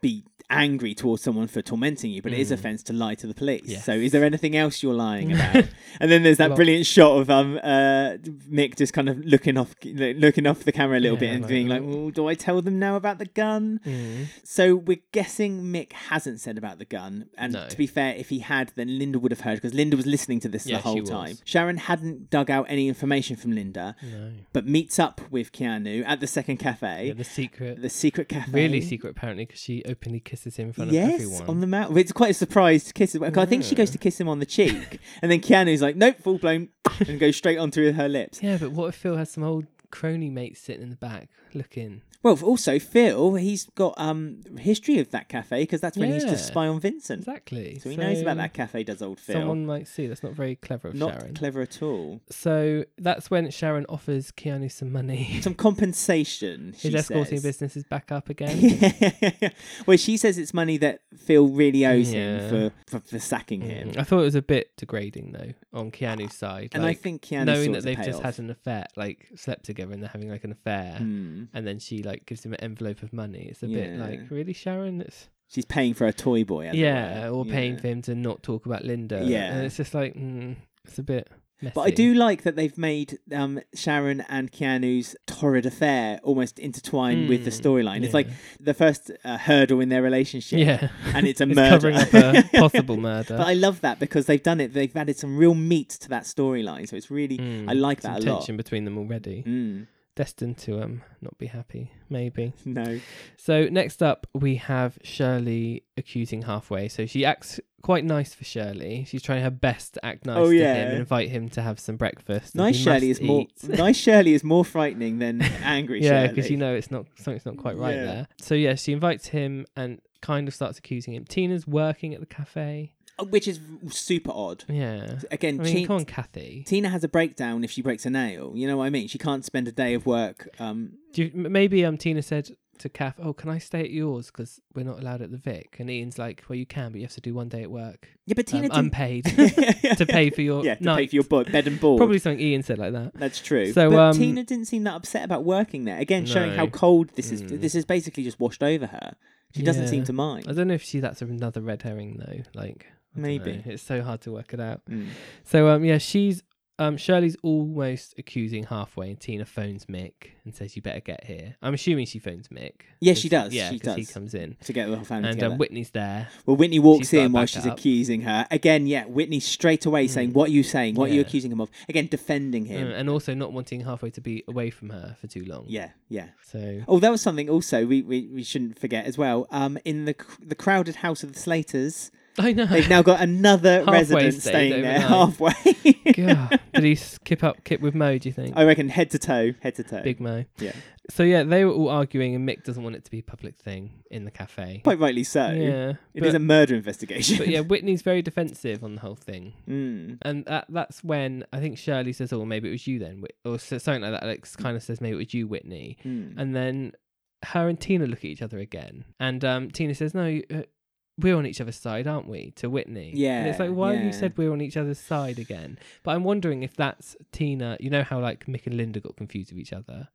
be angry towards someone for tormenting you, but it is
Mm.
offence to lie to the police.
Yes.
So, is there anything else you're lying about?" and then there's that
Lot.
brilliant shot of um uh, Mick just kind of looking off looking off the camera a little
Yeah,
bit and
like,
being like,
"Oh."
"Oh, do I tell them now about the gun?"
Mm.
So we're guessing Mick hasn't said about the gun. And
No.
to be fair, if he had, then Linda would have heard because Linda was listening to this
Yeah,
the
she
whole
was.
time. Sharon hadn't dug out any information from Linda
no,
but meets up with Keanu at the second cafe,
yeah, the secret,
the secret cafe.
really secret apparently, because she openly kisses him in front
Yes,
of everyone.
on the mouth. It's quite a surprise to kiss. I think she goes to kiss him on the cheek, and then Keanu's like, "Nope, full blown," and goes straight onto her lips.
yeah, but what if Phil has some old crony mates sitting in the back looking?
Well, also Phil, he's got um history of that cafe because that's when he used
Yeah.
to spy on Vincent,
Exactly.
so he knows about that cafe. Does old Phil?
Someone might see. That's not very clever of
Not
Sharon.
clever at all.
so that's when Sharon offers Keanu some money.
Some compensation.
His
she
escorting
says.
business is back up again. Mm.
Yeah. well, she says it's money that Phil really owes
Yeah.
him for, for for sacking him.
Mm. I thought it was a bit degrading though on Keanu's side.
Uh, And
like,
I think Keanu
knowing
sought
that
to
they've
pay
just
off.
had an affair, like slept together and they're having like an affair,
Hmm.
and then she like gives him an envelope of money. It's a bit
Yeah.
like really Sharon. That's
She's paying for a toy boy. as it
yeah,
were.
or paying
Yeah.
for him to not talk about Linda.
Yeah.
and it's just like mm, it's a bit. Messy.
But I do like that they've made um, Sharon and Keanu's torrid affair almost intertwined with the
Mm.
storyline. It's like
Yeah.
the first uh, hurdle in their relationship,
yeah,
and it's a
it's
murder.
covering up a possible murder.
but I love that because they've done it. They've added some real meat to that storyline, so it's really
Mm,
I like
some
that a lot.
tension between them already.
Mm.
Destined to um not be happy, maybe.
No,
So next up, we have Shirley accusing halfway. So she acts quite nice for Shirley. She's trying her best to act nice
Oh,
to
yeah.
him and invite him to have some breakfast. and
nice
he
Shirley is
must
more
eat.
nice Shirley is more frightening than angry
yeah,
Shirley.
because you know it's not something's not quite right
Yeah.
there. So yeah, she invites him and kind of starts accusing him. Tina's working at the cafe.
Uh, which is super odd.
Yeah, I
Again,
mean,
cheat-
come on, Kathy.
Tina has a breakdown if she breaks a nail. You know what I mean? She can't spend a day of work. Um,
Do you, m- maybe um Tina said to Kath, "Oh, can I stay at yours? Because we're not allowed at the Vic." And Ian's like, "Well, you can, but you have to do one day at work,
yeah, but Tina
um,
didn't
unpaid, to pay for your
yeah, to
night."
pay for your bo- bed and board.
Probably something Ian said like that.
that's true.
So,
but
um,
Tina didn't seem that upset about working there. Again, showing how
No.
cold this is.
Mm.
This is basically just washed over her. She doesn't
Yeah. Uh,
seem to
I
mind.
don't know if she that's another red herring though. Like I don't
Maybe.
know. it's so hard to work it out.
Mm.
So um yeah, she's Um, Shirley's almost accusing halfway, and Tina phones Mick and says, "You better get here." I'm assuming she phones Mick.
Yeah, she
'cause-
does,
Yeah,
she
because he
does.
comes in,
to get the whole family
and
together.
um, Whitney's there.
well, Whitney walks
she's gotta
in while
back
she's
up. Hmm.
accusing her again. Yeah, Whitney straight away saying, "What are you saying? What are you
Yeah.
accusing him of?" Again, defending him.
Um, and also not wanting halfway to be away from her for too long.
Yeah, yeah.
So
Oh, that was something also we, we, we shouldn't forget as well. Um, in the cr- the crowded house of the Slaters,
I know.
they've now got another
Halfway
resident
stayed
staying there
overnight.
halfway.
God, did he skip up kip with Mo? Do you think?
I reckon head to toe, head to toe.
Big Mo.
Oh, Yeah,
So yeah, they were all arguing, and Mick doesn't want it to be a public thing in the cafe.
quite rightly so.
yeah,
uh, It
but-
is a murder investigation.
but yeah, Whitney's very defensive on the whole thing,
Mm.
and that, that's when I think Shirley says, "Oh, maybe it was you then," Whit- or so- something like that. Alex kind of says, "Maybe it was you, Whitney,"
Mm.
and then her and Tina look at each other again, and um, Tina says, "No." Uh, we're on each other's side, aren't we? To Whitney. And it's
Yeah,
like, why have you
yeah.
said we're on each other's side again? But I'm wondering if that's Tina. You know how, like, Mick and Linda got confused with each other?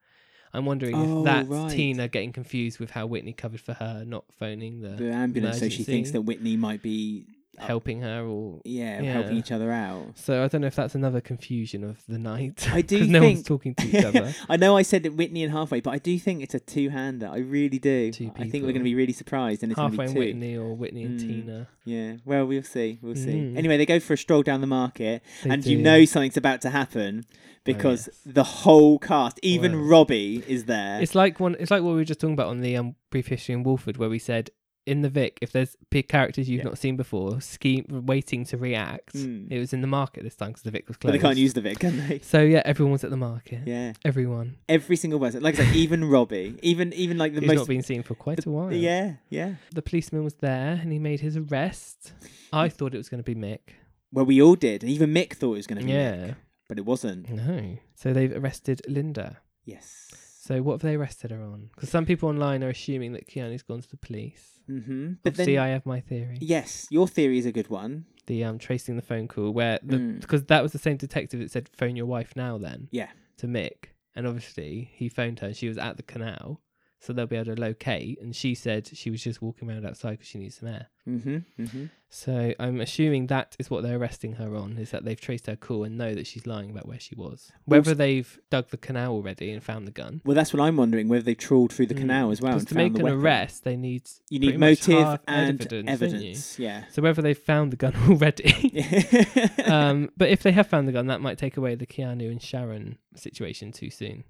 I'm wondering
Oh,
if that's
right.
Tina getting confused with how Whitney covered for her, not phoning the,
the ambulance, so she thinks
emergency
that Whitney might be
helping her or
yeah,
Yeah.
helping each other out.
so I don't know if that's another confusion of the night.
I do
'Cause no one's
think-
talking to each other.
I know I said that Whitney and halfway, but I do think it's a two-hander. I really do.
Two
I think
people.
we're going to be really surprised, and it's
Halfway
going to
and
be two.
Whitney or Whitney and
Mm.
Tina.
Yeah, well, we'll see. We'll see.
Mm.
Anyway, they go for a stroll down the market,
They
and
do. Oh,
you know something's about to happen because
yes.
the whole cast, even
Well.
Robbie, is there.
It's like one it's like what we were just talking about on the um, brief history in Wolford where we said in the Vic, if there's big characters you've
Yeah.
not seen before, scheme waiting to react.
Mm.
It was in the market this time because the Vic was
but
closed.
they can't use the Vic, can they?
So yeah, everyone was at the market.
Yeah,
Everyone.
every single person. Like I said, even Robbie, even even like the
who's not
most.
been seen for quite a while.
yeah, yeah.
The policeman was there and he made his arrest. I thought it was going to be Mick.
Well, we all did, and even Mick thought it was going to be,
Yeah.
Mick, but it wasn't.
No. So they've arrested Linda.
Yes.
So what have they arrested her on? Because some people online are assuming that Keanu's gone to the police.
Mm-hmm. But
But Obviously,
then,
I have my theory.
yes, your theory is a good one.
The um tracing the phone call where the
Mm.
because that was the same detective that said phone your wife now then
Yeah.
to Mick, and obviously he phoned her. She was at the canal, so they'll be able to locate. And she said she was just walking around outside because she needs some air.
Mm-hmm. Mm-hmm.
So I'm assuming that is what they're arresting her on is that they've traced her call and know that she's lying about where she was. Whether they've dug the canal already and found the gun.
Well, that's what I'm wondering whether they trawled through the
Mm.
canal as well.
Because
and
to
found
make
the
an
weapon.
arrest, they need
you
pretty
need
much
motive
hard
and
evidence,
evidence.
don't you?
Yeah.
so whether they've found the gun already. um, but if they have found the gun, that might take away the Keanu and Sharon situation too soon.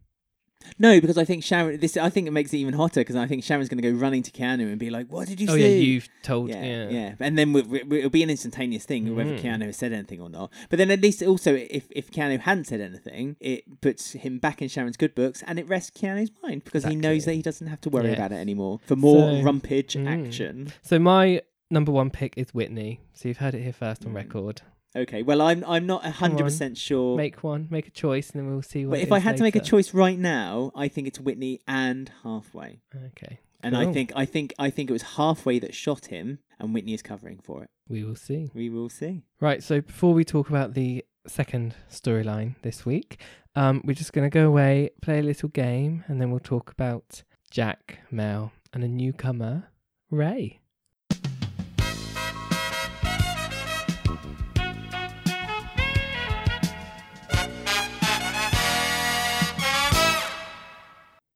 no, because I think Sharon. This I think it makes it even hotter because I think Sharon's going to go running to Keanu and be like, "What did you
oh
see?"
yeah, you've told.
yeah,
Yeah,
yeah. and then we, we, it'll be an instantaneous thing, whether
Mm.
Keanu has said anything or not. But then at least also, if if Keanu hadn't said anything, it puts him back in Sharon's good books, and it rests Keanu's mind because he knows that
Exactly.
he doesn't have to worry
Yes.
about it anymore for more
So-
rumpage
Mm.
action.
So my number one pick is Whitney. So you've heard it here first
Mm.
on record.
Okay, well, I'm I'm not hundred percent sure.
Make one, make a choice, and then we'll see. What
but
it
if I
is
had to make a
later.
choice right now, I think it's Whitney and Halfway.
okay.
And I
Cool.
think I think I think it was halfway that shot him, and Whitney is covering for it.
we will see.
We will see.
Right, so before we talk about the second storyline this week, um, we're just going to go away, play a little game, and then we'll talk about Jack, Mel, and a newcomer, Ray.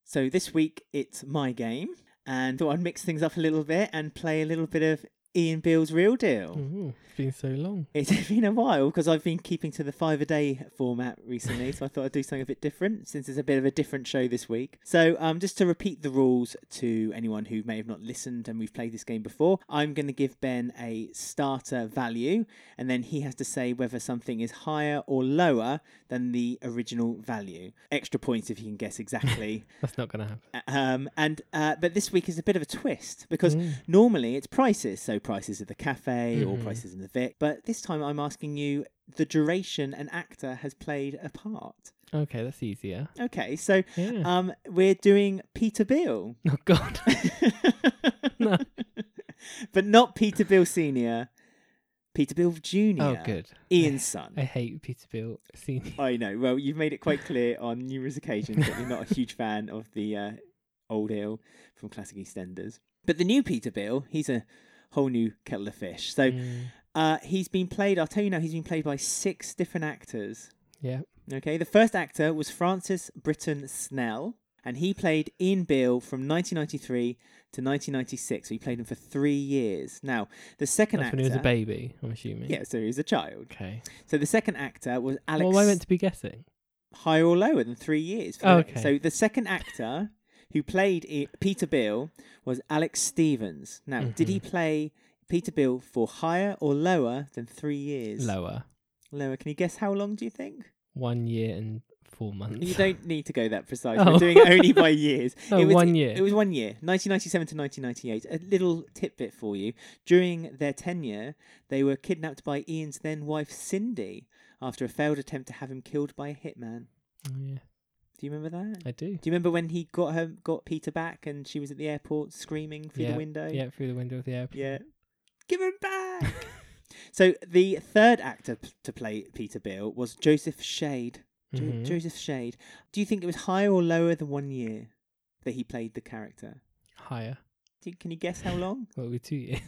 So this week it's my game, and thought I'd mix things up a little bit and play a little bit of Ian Bill's Real Deal.
Ooh, it's been so long.
It's been a while because I've been keeping to the five a day format recently, so I thought I'd do something a bit different since it's a bit of a different show this week. So, um, just to repeat the rules to anyone who may have not listened and we've played this game before, I'm going to give Ben a starter value, and then he has to say whether something is higher or lower than the original value. Extra points if you can guess exactly
That's not going to happen.
um, and uh, but this week is a bit of a twist because
Mm.
normally it's prices, so prices at the cafe or
Mhm.
prices in the Vic. But this time I'm asking you the duration an actor has played a part.
Okay, that's easier.
Okay, so
Yeah.
um, we're doing Peter Bill,
oh, God. No.
but not Peter Bill Senior, Peter Bill Junior.
Oh, good.
Ian's son.
I hate Peterbilt Senior.
I know. Well, you've made it quite clear on numerous occasions that you're not a huge fan of the uh, old ale from classic EastEnders. But the new Peter Bill, he's a whole new kettle of fish. So
Mm,
uh, he's been played. I'll tell you now, he's been played by six different actors
Yeah.
Okay, the first actor was Francis Britton Snell, and he played Ian Beale from 1993 to 1996. So he played him for three years. Now, the second
That's
actor.
when he was a baby, I'm assuming.
Yeah, so he was a child.
Okay.
So the second actor was Alex.
Well, am I meant to be guessing?
higher or lower than three years.
Oh, okay.
So the second actor who played I- Peter Bill was Alex Stevens. Now, did
Mm-hmm.
he play Peter Bill for higher or lower than three years?
Lower.
Lower. Can you guess how long? Do you think?
One year and four months.
You don't need to go that precise.
Oh.
We're doing it only by years.
Oh,
it was,
one year.
It was one year, 1997 to 1998. A little tidbit for you. During their tenure, they were kidnapped by Ian's then wife Cindy after a failed attempt to have him killed by a hitman.
Oh, yeah,
Do you remember that?
I do.
Do you remember when he got her, got Peter back, and she was at the airport screaming through
yeah.
the window?
Yeah, through the window of the airplane.
yeah. Give him back. so the third actor p- to play Peter Bill was Joseph Shade. Jo-
Mhm.
Joseph Shade. Do you think it was higher or lower than one year that he played the character?
Higher.
Do you, can you guess how long?
What were we two years?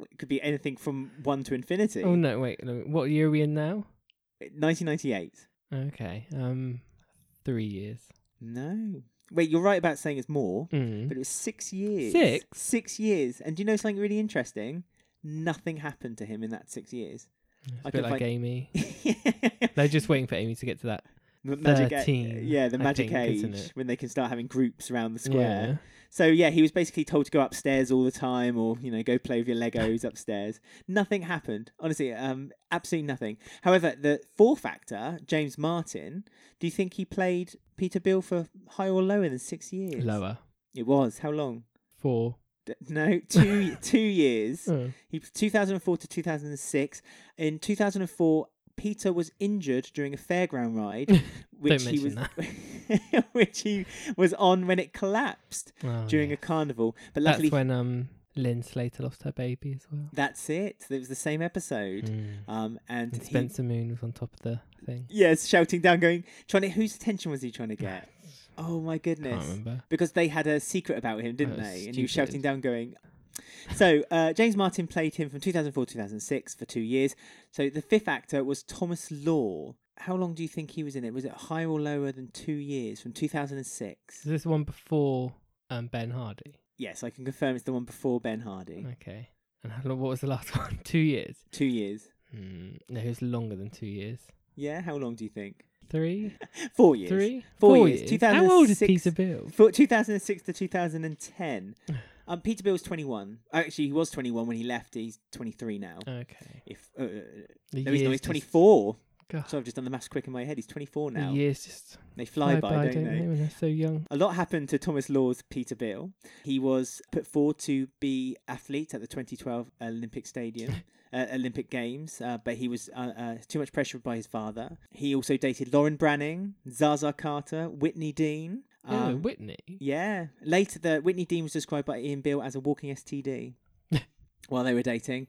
It could be anything from one to infinity.
Oh no, wait. No, what year are we in now?
1998.
Okay. Um, three years.
No. Wait, you're right about saying it's more.
Mm.
But it was six years.
Six?
Six years. And do you know something really interesting? Nothing happened to him in that six years.
It's
I
a bit
can
like
find-
Amy. They're just waiting for Amy to get to that.
The magic a-
13,
yeah, the
I
magic
think,
age
isn't it?
when they can start having groups around the square. So yeah, he was basically told to go upstairs all the time, or you know, go play with your Legos upstairs. Nothing happened, honestly. Um, absolutely nothing. However, the fourth actor, James Martin, do you think he played Peter Bill for higher or lower than six
Yeah.
years?
Lower.
It was how long?
Four.
D- no, two two years.
Oh.
He 2004 to 2006. In 2004, Peter was injured during a fairground ride, which he
mention
was which he was on when it collapsed
Oh,
during
yeah.
a carnival. But
That's
luckily,
when um Lynn Slater lost her baby as well.
that's it. It was the same episode.
Mm.
Um, and
And
he-
Spencer Moon was on top of the thing.
yes, shouting down, going, trying to whose attention was he trying to get? Oh my
Can't
goodness!
remember.
because they had a secret about him, didn't
That was
they? And he was shouting
stupid.
down, going. So uh, James Martin played him from 2004 2006 for two years. So the fifth actor was Thomas Law. How long do you think he was in it? Was it higher or lower than two years from 2006?
Is this the one before um Ben Hardy?
Yes, I can confirm it's the one before Ben Hardy.
Okay. And how long, what was the last one? two years.
Two years.
Mm. No, it was longer than two years.
Yeah, how long do you think?
Three.
Four years.
Three.
Four years.
How old is
2006
Peter Bill?
For 2006 to 2010. Um, Peter Bill was 21. Actually, he was 21 when he left. He's 23 now.
Okay.
If uh,
The
no, he's not.
years
He's
just-
24.
God,
So I've just done the maths quick in my head. He's 24
the
now.
years just
They fly, by, don't, they?
When they're so young.
A lot happened to Thomas Law's Peter Bill. He was put forward to be athlete at the 2012 Olympic Stadium. Uh, Olympic Games, uh, but he was uh, uh, too much pressure by his father. He also dated Lauren Branning, Zaza Carter, Whitney Dean.
Oh,
Um,
Whitney.
yeah. Later, the Whitney Dean was described by Ian Beale as a walking STD while they were dating.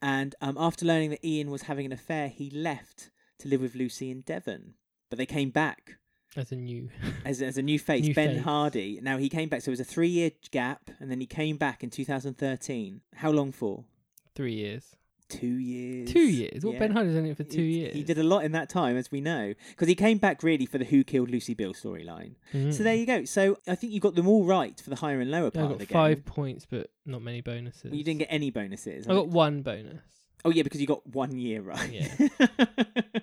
And um, after learning that Ian was having an affair, he left to live with Lucy in Devon. But they came back
As a new.
as, as a new face,
New
Ben
face.
Hardy. Now he came back, so it was a three year gap, and then he came back in 2013. How long for?
Three years.
Two years.
Two years. What
Yeah.
Ben Hardy's only for two
He-
years.
He did a lot in that time, as we know, because he came back really for the Who Killed Lucy Bill storyline.
Mm.
So there you go. So I think you got them all right for the higher and lower
I
part
got
of the
five
game.
points, but not many bonuses.
Well, you didn't get any bonuses.
I got one bonus.
Oh yeah, because you got one year right.
Yeah.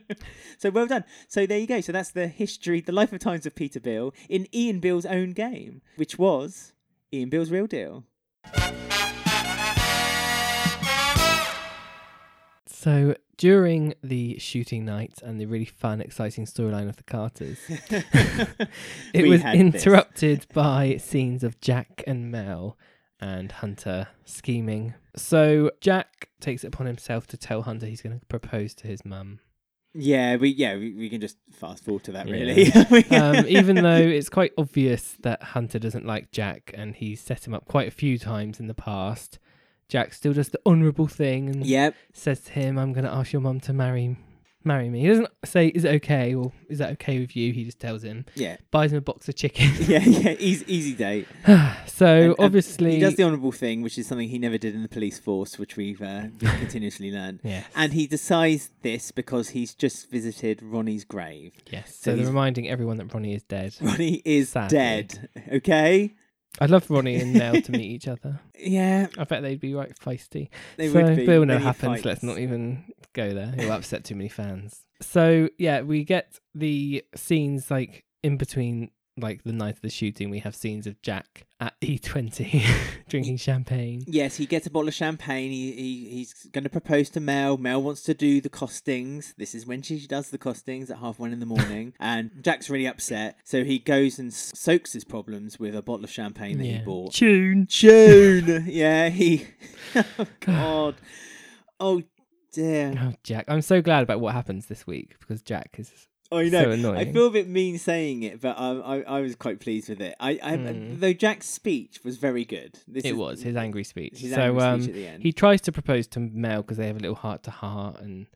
so well done. So there you go. So that's the history, the life of times of Peter Bill in Ian Bill's own game, which was Ian Bill's real deal.
So during the shooting night and the really fun, exciting storyline of the Carters, it
We
was
had this.
interrupted by scenes of Jack and Mel and Hunter scheming. So Jack takes it upon himself to tell Hunter he's going to propose to his mum.
Yeah, we yeah we, we can just fast forward to that
Yeah.
really.
um, even though it's quite obvious that Hunter doesn't like Jack and he's set him up quite a few times in the past, Jack still does the honourable thing and
Yep.
says to him, I'm going to ask your mum to marry marry me. He doesn't say, is it okay or is that okay with you? He just tells him,
Yeah,
buys him a box of chicken.
yeah, yeah. Easy, easy date.
so
And- and
obviously,
he does the honourable thing, which is something he never did in the police force, which we've uh, we've continuously learned.
yes,
And he decides this because he's just visited Ronnie's grave.
yes.
so
So, they're
he's-
reminding everyone that Ronnie is dead.
Ronnie is
Sadly.
dead. Okay.
I'd love Ronnie and Nell to meet each other.
Yeah,
I bet they'd be right feisty.
they
so
would be.
Bill no
Many
happens.
fights.
Let's not even go there. He'll upset too many fans. So yeah, we get the scenes like in between like the night of the shooting. We have scenes of Jack at E20 drinking champagne.
Yes, he gets a bottle of champagne. He, he he's going to propose to Mel. Mel wants to do the costings. This is when she does the costings at half one in the morning, and Jack's really upset. So he goes and s- soaks his problems with a bottle of champagne that he bought.
Tune.
June. yeah, he. oh God. Oh dear.
Oh, Jack. I'm so glad about what happens this week because Jack is
I
so
know.
annoying.
I feel a bit mean saying it, but um, I I was quite pleased with it. I, I
Mm.
though Jack's speech was very good. This
it
is-
was his angry speech.
His
so
angry
um,
speech at the end.
he tries to propose to Mel because they have a little heart to heart and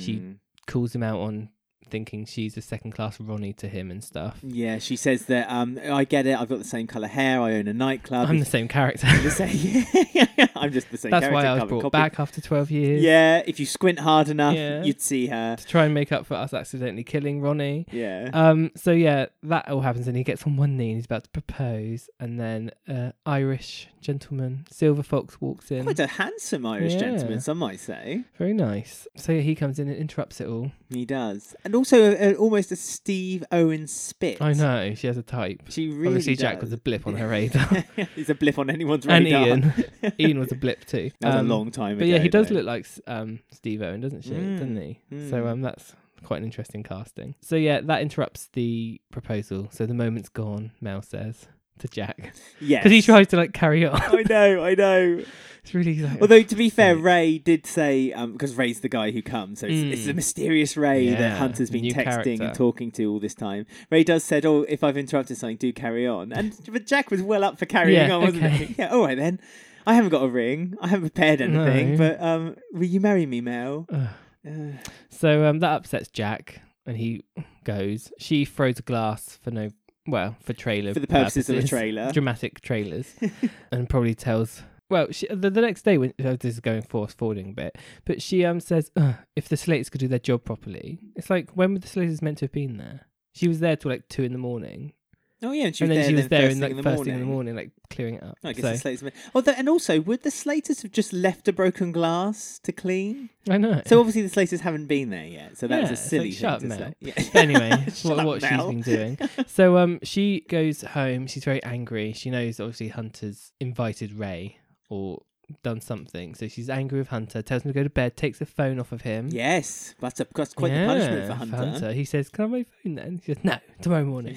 she-
Mm.
calls him out on thinking she's a second class Ronnie to him and stuff.
Yeah, she says that. Um, I get it. I've got the same color hair. I own a nightclub.
I'm the
He's
same character.
the same. Yeah, I'm just the same.
That's why
character,
I was
carbon
brought
copy.
back after 12 years.
Yeah, if you squint hard enough,
Yeah.
you'd see her.
To try and make up for us accidentally killing Ronnie.
Yeah.
Um, so yeah, that all happens, and he gets on one knee and he's about to propose, and then uh, Irish gentleman Silver Fox walks in.
Quite a handsome Irish
Um, Yeah.
gentleman, some might say.
Very nice. So yeah, he comes in and interrupts it all.
He does, and also a, a- almost a Steve Owen spit.
I know she has a type.
She really
Obviously,
does.
Jack was a blip on her radar,
He's a blip on anyone's
and
radar.
Ian. Ian was a blip too.
That was
Um,
a long time ago.
But yeah, he does
though.
look like um, Steve Owen, doesn't she?
Mm,
Doesn't he?
mm.
So um, that's quite an interesting casting. So yeah, that interrupts the proposal. So the moment's gone. Mel says to Jack
Yes.
because he tries to like carry on.
I know, I know.
it's really like
Although to be fair,
Yeah.
Ray did say um because Ray's the guy who comes, so it's, it's
Mm.
the mysterious Ray that
Yeah,
Hunter's been
new
texting
character.
and talking to all this time. Ray does said, "Oh, if I've interrupted something, do carry on." And but Jack was well up for carrying
Yeah,
on, wasn't
okay.
he? Yeah, all right then. I haven't got a ring. I haven't prepared anything,
No.
but um, will you marry me, Mel?
Ugh.
Uh,
so um, that upsets Jack, and he goes. She throws a glass for no well for trailer
for the purposes, of the trailer.
dramatic trailers, and probably tells. Well, she, the, the next day when oh, this is going forth forwarding a bit, but she um says, Ugh, if the Slaters could do their job properly, it's like when were the Slaters meant to have been there? She was there till like two in the morning,
Oh yeah, and she
and
was
then
there,
she was there
first
in
thing
like
in the
first
morning.
thing in the morning, like clearing it up.
I guess
So-
the Slaters. Although, and also, would the Slaters have just left a broken glass to clean?
I know.
So obviously the Slaters haven't been there yet, so that
Eh. Yeah,
was a
it's
silly
like, shut
thing
up,
to
Mel.
say. Yeah.
anyway,
Shut
what,
up,
what she's
Mel.
been doing. So um, she goes home. She's very angry. She knows obviously Hunter's invited Ray or done something. So she's angry with Hunter. Tells him to go to bed. Takes the phone off of him.
Yes, that's, a, that's quite the punishment for Hunter.
He says, "Can I have my phone then?" She says, "No, tomorrow morning."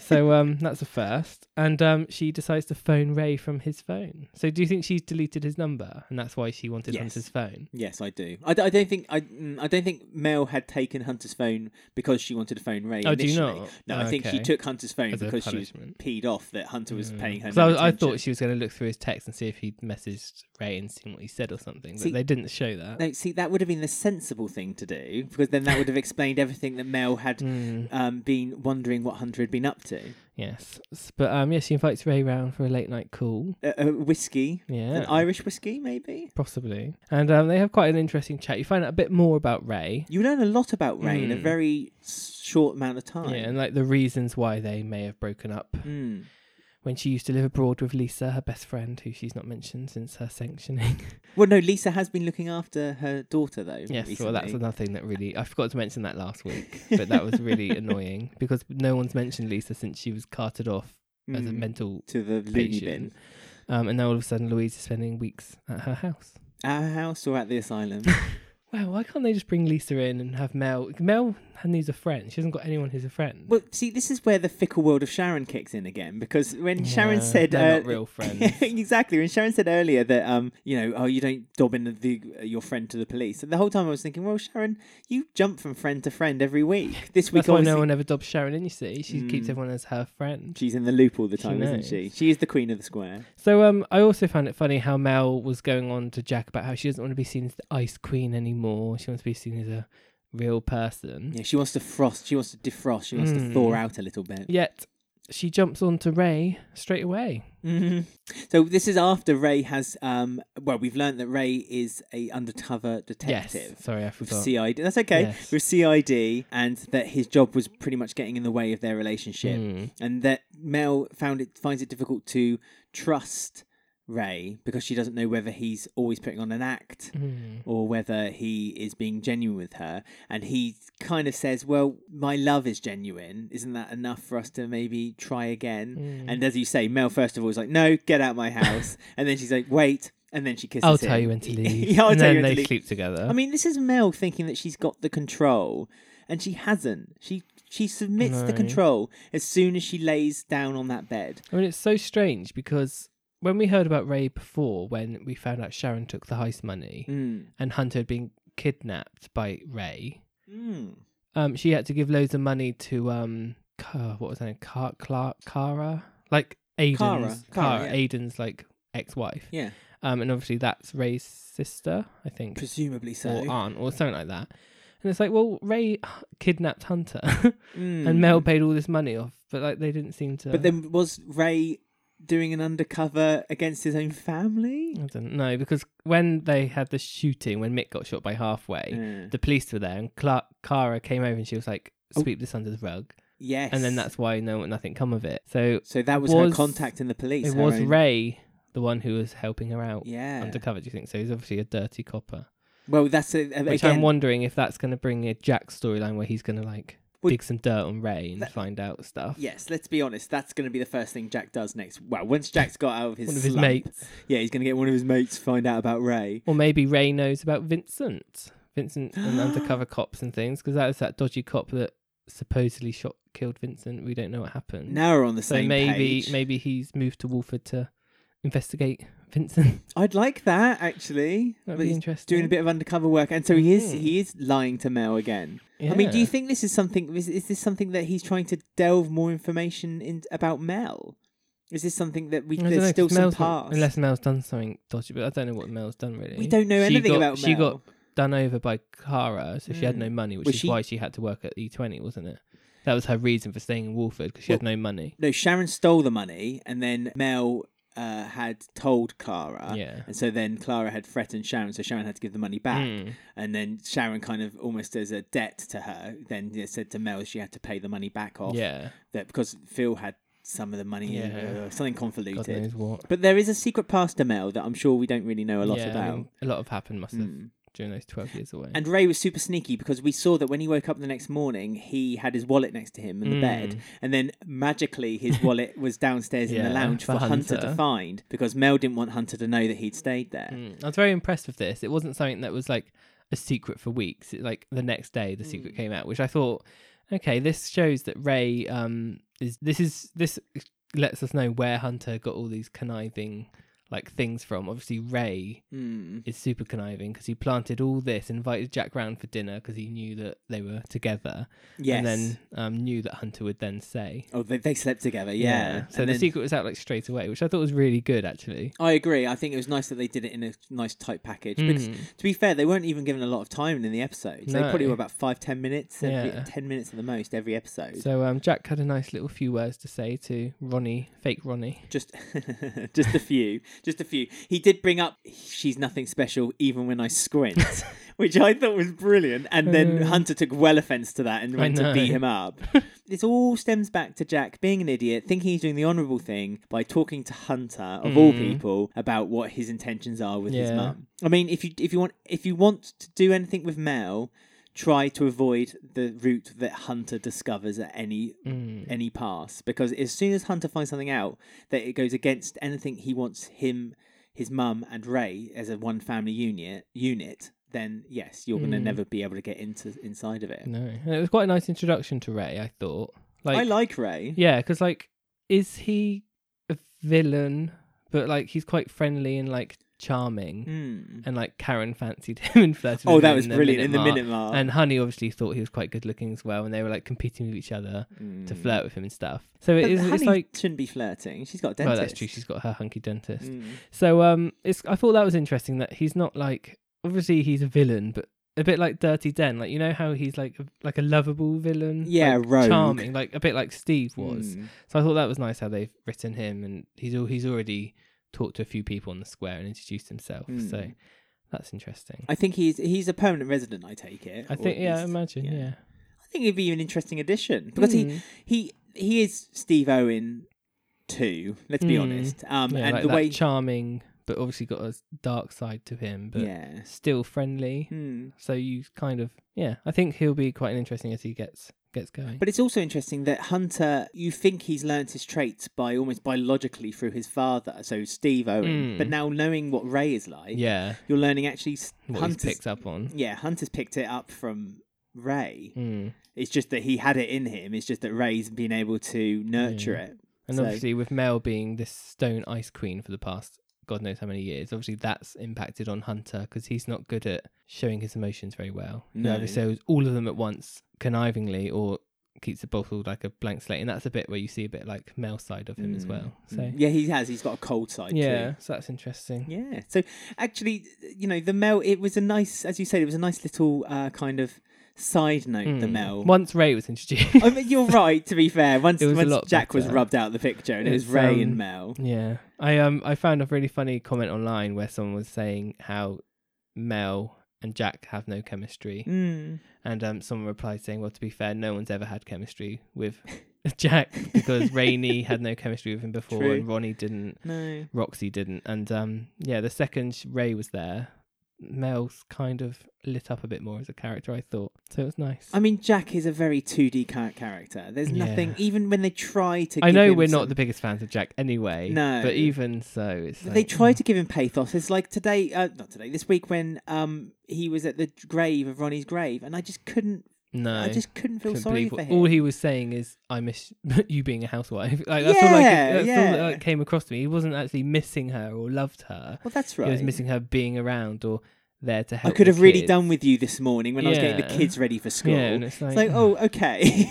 so um, that's a first. And um, she decides to phone Ray from his phone. So do you think she's deleted his number and that's why she wanted
Yes.
Hunter's phone?
yes, I do. I, d- I don't think I, mm, I don't think Mel had taken Hunter's phone because she wanted to phone Ray.
Oh, do you
initially.
not?
No, I think she
Okay.
took Hunter's phone
As a
because she was
punishment.
peed off that Hunter was paying her.
Because
No
I, was- I
attention.
thought she was going to look through his text and see if he'd messaged Ray and seen what he said or something, but
See-
they didn't show that.
No, see, that would have been the sensible thing to do because then that would have explained everything that Mel had
Mm,
um, been wondering what Hunter had been up to.
yes, S- but um, yeah, she invites Ray round for a late night call.
Uh, uh, whiskey,
Yeah,
an Irish whiskey, maybe.
possibly, and um, they have quite an interesting chat. You find out a bit more about Ray,
You learn a lot about Ray in a
Mm.
very s- short amount of time.
yeah, and like the reasons why they may have broken up.
Mm.
When she used to live abroad with Lisa, her best friend, who she's not mentioned since her sanctioning.
Well, no, Lisa has been looking after her daughter though.
yes,
recently.
well, that's another thing that really I forgot to mention that last week, but that was really annoying because no one's mentioned Lisa since she was carted off as a
Mm.
mental
to the loony bin,
patient. Um, and now all of a sudden, Louise is spending weeks at her house.
our house or at the asylum.
Wow, why can't they just bring Lisa in and have Mel? Mel needs a friend. She hasn't got anyone who's a friend.
well, see, this is where the fickle world of Sharon kicks in again because when Sharon
Yeah,
said,
they're
uh,
not real friends.
exactly. When Sharon said earlier that, um, you know, oh, you don't dob in the, your friend to the police. And the whole time I was thinking, well, Sharon, you jump from friend to friend every week. This week,
That's why
obviously,
no one ever dobs Sharon in. You see, she keeps
Mm.
everyone as her friend.
she's in the loop all the
She
time, isn't
knows.
she? She is the queen of the square.
So, um, I also found it funny how Mel was going on to Jack about how she doesn't want to be seen as the ice queen anymore. She wants to be seen as a real person.
Yeah, she wants to frost. She wants to defrost. She wants
Mm.
to thaw out a little bit.
Yet she jumps onto Ray straight away.
hmm So this is after Ray has. Um, well, we've learned that Ray is a undercover detective.
Yes. Sorry, I
With
forgot.
CID, that's okay.
Yes.
With CID, and that his job was pretty much getting in the way of their relationship,
Mm.
and that Mel found it finds it difficult to trust Ray because she doesn't know whether he's always putting on an act
Mm.
or whether he is being genuine with her. And he kind of says, Well, my love is genuine. Isn't that enough for us to maybe try
Hmm.
again? And as you say, Mel, first of all, is like, No, get out my house. and then she's like, Wait. And then she kisses
I'll
him.
tell you when to leave.
yeah, I'll
and
tell
then
you when
they
to leave.
sleep together.
I mean, this is Mel thinking that she's got the control, and she hasn't. She she submits the
No.
control as soon as she lays down on that bed.
I mean, it's so strange because when we heard about Ray before, when we found out Sharon took the heist money
Mm.
and Hunter had been kidnapped by Ray,
Mm.
um, she had to give loads of money to um, Car- what was her name? Car- Clark, Cara, like Aiden's
Cara, Cara, yeah.
Aiden's like ex-wife.
Yeah,
Um, and obviously that's Ray's sister, I think,
presumably so.
or uh, aunt, or something like that. And it's like, well, Ray kidnapped Hunter,
Mm.
and Mel paid all this money off, but like they didn't seem to.
But then was Ray doing an undercover against his own family?
I don't know because when they had the shooting, when Mick got shot by halfway,
Yeah.
the police were there, and Clark Cara came over and she was like,
Oh.
"Sweep this under the rug,"
Yes.
and then that's why no nothing come of it. So
so that was,
was-
her contact in the police.
it
her
was
own-
Ray, the one who was helping her out
Yeah.
undercover. Do you think so? He's obviously a dirty copper,
well, that's a, a-
which
again.
I'm wondering if that's going to bring a Jack storyline where he's going to like
Well,
dig some dirt on Ray and
that-
find out stuff.
Yes, let's be honest. That's going to be the first thing Jack does next. Well, once Jack's got out of his
One of his
slump,
mates,
yeah, he's going to get one of his mates to find out about Ray.
or maybe Ray knows about Vincent, Vincent and undercover cops and things, because that was that dodgy cop that supposedly shot killed Vincent. We don't know what happened.
Now we're on the
So
same
maybe
page.
maybe he's moved to Wolford to investigate Vincent.
I'd like that actually.
That'd
But
be
he's
interesting.
doing a bit of undercover work, and so he is
Mhm.
he is lying to Mel again. I mean, do you
Yeah.
think this is something? Is, is this something that he's trying to delve more information in about Mel? Is this something that we
I don't
there's
know, 'cause
still some
Mel's not-
past?
unless Mel's done something dodgy, but I don't know what Mel's done really.
we don't know
She
anything
got-
about Mel.
She got done over by Cara, so she had
Mm.
no money, which
Was
is
she-
why she had to work at E20, wasn't it? That was her reason for staying in Wolford because she had no money.
no. Sharon stole the money, and then Mel uh, had told Clara.
yeah.
And so then Clara had threatened Sharon, so Sharon had to give the money back.
Mm.
And then Sharon, kind of almost as a debt to her, then yeah, said to Mel she had to pay the money back off.
Yeah.
That because Phil had some of the money,
Yeah.
uh, something
God
convoluted.
knows what.
But there is a secret past to Mel that I'm sure we don't really know a lot
Yeah, I
about.
mean, a lot of happened must have
Mm.
during those 12 years away.
And Ray was super sneaky because we saw that when he woke up the next morning, he had his wallet next to him in the
Hmm.
bed, and then magically his wallet was downstairs in
Yeah,
the lounge
for
for, Hunter.
Hunter.
to find because Mel didn't want Hunter to know that he'd stayed there.
Mm, I was very impressed with this. It wasn't something that was like a secret for weeks. It, like the next day, the
Mm.
secret came out, which I thought, okay, this shows that Ray um is this is this lets us know where Hunter got all these conniving like things from. Obviously, Ray
Mm.
is super conniving because he planted all this, invited Jack round for dinner because he knew that they were together,
Yes.
and then um, knew that Hunter would then say.
oh, they, they slept together. Yeah.
So
And
the
then-
secret was out like straight away, which I thought was really good actually.
I agree. I think it was nice that they did it in a nice tight package because,
Mm.
to be fair, they weren't even given a lot of time in the episodes. They probably
No.
were about five, ten minutes, every,
Yeah.
ten minutes at the most every episode.
So um, Jack had a nice little few words to say to Ronnie, fake Ronnie.
Just, just a few, just a few. He did bring up she's nothing special, even when I squint, which I thought was brilliant. And then
Uh,
Hunter took well offence to that and went
know.
to beat him up. this all stems back to Jack being an idiot, thinking he's doing the honourable thing by talking to Hunter of all
Mm.
people about what his intentions are with his
Yeah.
mum. I mean, if you if you want if you want to do anything with Mel, try to avoid the route that Hunter discovers at any
Mm.
any pass because as soon as Hunter finds something out that it goes against anything he wants him, his mum, and Ray as a one family unit unit, then yes, you're gonna
Mm.
never be able to get into inside of it.
No, and it was quite a nice introduction to Ray. I thought, like,
I like Ray.
yeah, because like, is he a villain? But like, he's quite friendly and like charming,
Mm.
and like Karen fancied him and flirted.
Oh,
with
that
him
was
in the
brilliant in the minute
mark.
mark.
And Honey obviously thought he was quite good looking as well, and they were like competing with each other to
Mm.
flirt with him and stuff. So it
But
is. It's
Honey
like,
shouldn't be flirting. She's got a
well,
dentist.
that's true. She's got her hunky dentist.
Mm.
So um, it's I thought that was interesting that he's not like obviously he's a villain, but a bit like Dirty Den. Like you know how he's like a, like a lovable villain,
Yeah,
like,
rogue.
charming, like a bit like Steve was.
Mm.
So I thought that was nice how they've written him, and he's all he's already talked to a few people on the square and introduced himself. So
Mm.
that's interesting.
I think he's he's a permanent resident. I take it.
I
or
think
at
yeah, I
least-
imagine yeah. Hmm.
yeah. I think he'd be an interesting addition because he he he is Steve Owen too. Let's be
Mm.
honest. Um,
Yeah,
and
like
the
that
way
charming, but obviously got a s- dark side to him, but
yeah.
still friendly.
Hmm.
So you kind of yeah, I think he'll be quite interesting as he gets gets going.
But it's also interesting that Hunter, you think he's learnt his traits by almost biologically through his father, so Steve Owen.
Mm.
But now knowing what Ray is like,
yeah,
you're learning actually s-
what
Hunter's.
he's picked up on.
Yeah, Hunter's picked it up from Ray.
Mm.
It's just that he had it in him. It's just that Ray's been able to nurture
Yeah.
it.
And
So-
obviously, with Mel being this stone ice queen for the past God knows how many years, obviously that's impacted on Hunter because he's not good at showing his emotions very well. He
No.
either shows all of them at once connivingly or keeps it bottled like a blank slate. And that's a bit where you see a bit like Mel's side of him as
Mm.
well.
Mm.
So,
yeah, he has. He's got a cold side.
yeah,
Too.
so that's interesting.
Yeah. So actually, you know, the Mel. It was a nice, as you said, it was a nice little uh, kind of side note. The
Mm.
Mel.
Once Ray was introduced.
I mean, you're right. To be fair, once,
It was a
once
lot
Jack was
better.
rubbed out of the picture, and it was
It's,
Ray
um,
and Mel.
Yeah, I um I found a really funny comment online where someone was saying how Mel and Jack have no chemistry,
Mm.
and um someone replied saying, "Well, to be fair, no one's ever had chemistry with Jack because Rainey had no chemistry with him before,
True.
and Ronnie didn't,
No.
Roxy didn't, and um yeah, the second sh- Ray was there, Mel's kind of lit up a bit more as a character. I thought so. It was nice.
I mean, Jack is a very 2D ca- character. There's
Yeah.
nothing, even when they try to.
I
give
know
him
we're
some-
not the biggest fans of Jack anyway,
um, No.
but even so, it's
But
like, hmm.
they try to give him pathos. It's like today, uh, not today, this week when um he was at the grave of Ronnie's grave, and I just couldn't,
no.
I just couldn't feel
couldn't believe
sorry for
what-
him.
All he was saying is, "I miss you being a housewife." Like that's all I could,
Yeah,
that's all that
yeah.
like, came across to me. He wasn't actually missing her or loved her.
well, that's right.
He was missing her being around or there to
I
help.
could
the
have really
kids.
done with you this morning when I was getting the
Yeah.
kids ready for school.
Yeah, and it's like,
It's like, oh, okay,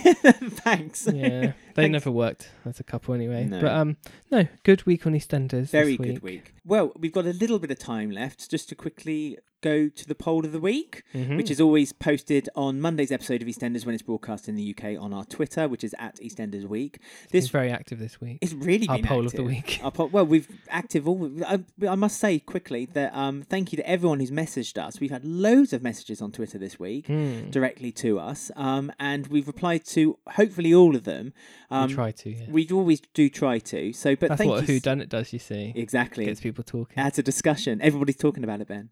thanks.
yeah, they
Thanks.
never worked as a couple anyway.
No.
But um, no, good week on EastEnders.
Very
this week.
good week. Well, we've got a little bit of time left just to quickly go to the poll of the week,
Mhm.
which is always posted on Monday's episode of EastEnders when it's broadcast in the UK on our Twitter, which is at EastEnders Week.
He's
This
very active this week.
it's really
Our
been
poll of
active.
the week.
Our poll, well, we've active all. I, I must say quickly that um, thank you to everyone who's messaged us. We've had loads of messages on Twitter this week
Mm,
directly to us, um, and we've replied to hopefully all of them. Um,
we try to. Yeah.
we always do try to. So, but
That's
thank
what
you
Who
s-
Done It does. You see,
exactly.
gets people talking.
That's a discussion. Everybody's talking about it, Ben.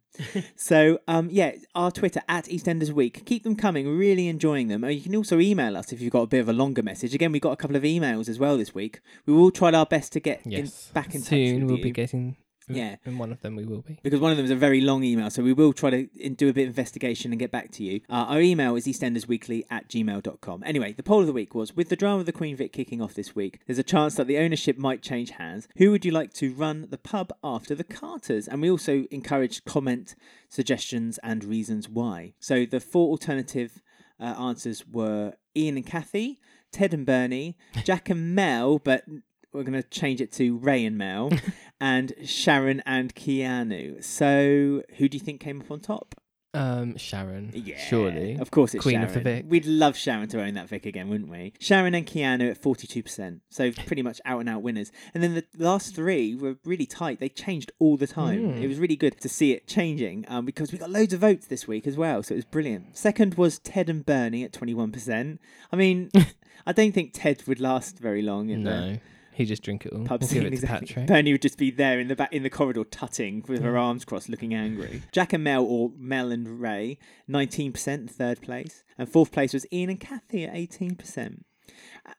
so, um, yeah, our Twitter at EastEnders Week. Keep them coming. We're really enjoying them. And you can also email us if you've got a bit of a longer message. Again, we got a couple of emails as well this week. We will try our best to get in,
Yes,
back in
soon
touch with
we'll
you.
be getting.
Yeah.
in one of them we will be.
because one of them is a very long email, so we will try to in- do a bit of investigation and get back to you. Uh, our email is eastendersweekly at gmail.com. Anyway, the poll of the week was with the drama of the Queen Vic kicking off this week, there's a chance that the ownership might change hands. Who would you like to run the pub after the Carters? And we also encouraged comment, suggestions, and reasons why. So the four alternative uh, answers were Ian and Kathy, Ted and Bernie, Jack and Mel, but we're going to change it to Ray and Mel, and Sharon and Keanu. So, who do you think came up on top?
Um, Sharon. Surely.
Of course, it's
Queen
Sharon.
of the Vic.
We'd love Sharon to own that Vic again, wouldn't we? Sharon and Keanu at 42%. So, pretty much out and out winners. And then the last three were really tight. They changed all the time.
Mm.
It was really good to see it changing um, because we got loads of votes this week as well. So, it was brilliant. Second was Ted and Bernie at 21%. I mean, I don't think Ted would last very long in the
No, he just drink it all.
pub
we'll
scene.
give it to
exactly.
Patrick.
Bernie would just be there in the back in the corridor, tutting with her arms crossed, looking angry. Jack and Mel, or Mel and Ray, nineteen percent third place, and fourth place was Ian and Kathy at eighteen percent.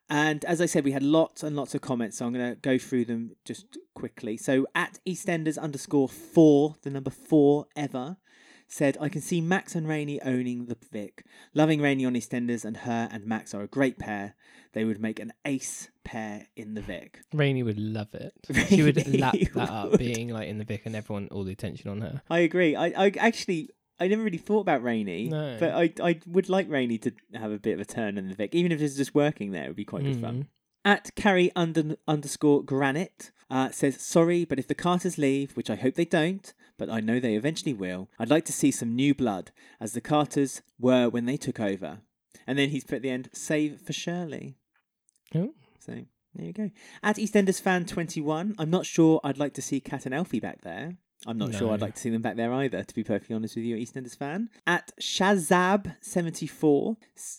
And as I said, we had lots and lots of comments, so I'm going to go through them just quickly. So at EastEnders underscore four, the number four ever, said, I can see Max and Rainey owning the Vic. Loving Rainey on EastEnders, and her and Max are a great pair. They would make an ace pair in the Vic.
Rainey would love it. she would
Rainey
lap that up,
would.
being like in the Vic and everyone all the attention on her.
I agree. I, I actually I never really thought about Rainey,
No. Mm.
but I I would like Rainey to have a bit of a turn in the Vic, even if it's just working there. It would be quite good fun. At Carrie under, underscore Granite uh, says, Sorry, but if the Carters leave, which I hope they don't, but I know they eventually will, I'd like to see some new blood, as the Carters were when they took over. And then he's put at the end, save for Shirley.
Oh.
So there you go. At EastEnders fan 21, I'm not sure I'd like to see Cat and Elfie back there. I'm not sure I'd
No.
like to see them back there either, to be perfectly honest with you, EastEnders fan. At Shazab74,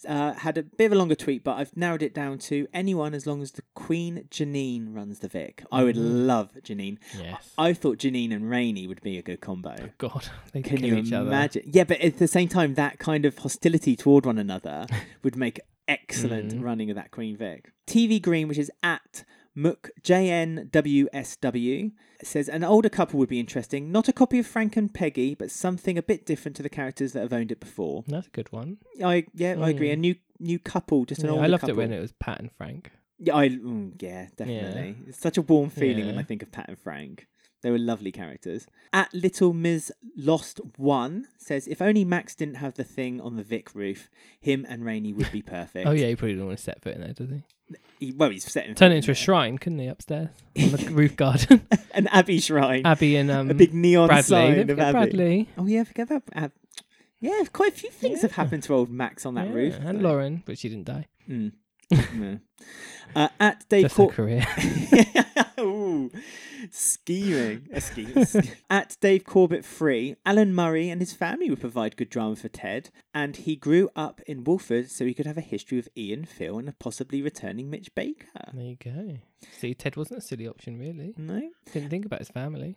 uh, had a bit of a longer tweet, but I've narrowed it down to anyone as long as the Queen Janine runs the Vic. I would love Janine.
Yes.
I thought Janine and Rainey would be a good combo.
God, they
Can
kill
you
each other.
imagine? Yeah, but at the same time, that kind of hostility toward one another would make excellent
Mm-hmm.
running of that Queen Vic. TV Green, which is at MookJNWSW, says an older couple would be interesting. Not a copy of Frank and Peggy, but something a bit different to the characters that have owned it before.
That's a good one.
I yeah, I agree. A new new couple, just an
Mm. Yeah,
older
I loved
couple.
it when it was Pat and Frank.
Yeah, I mm, yeah, definitely. It's such a warm feeling when
Yeah.
I think of Pat and Frank. They were lovely characters. At Little Ms. Lost One says, if only Max didn't have the thing on the Vic roof, him and Rainey would be perfect.
Oh yeah, he probably didn't want to set foot in there, does he?
He, well, he's setting
Turn it into a shrine, couldn't he? Upstairs on the roof garden,
an Abbey shrine,
Abbey and um,
a big neon
Bradley.
sign
Don't
of
forget
Abbey.
Bradley.
Oh yeah, I forget about Ab- yeah. Quite a few things have happened to old Max on that
Yeah,
roof.
and
though.
Lauren, but she didn't die.
Mm. Yeah. Uh, at Dave
Just
Cor-
her career.
Ooh, scheming. A scheme. At Dave Corbett Free, Alan Murray and his family would provide good drama for Ted, and he grew up in Wolford so he could have a history with Ian, Phil, and a possibly returning Mitch Baker.
there you go. See, Ted wasn't a silly option, really.
No?
Didn't think about his family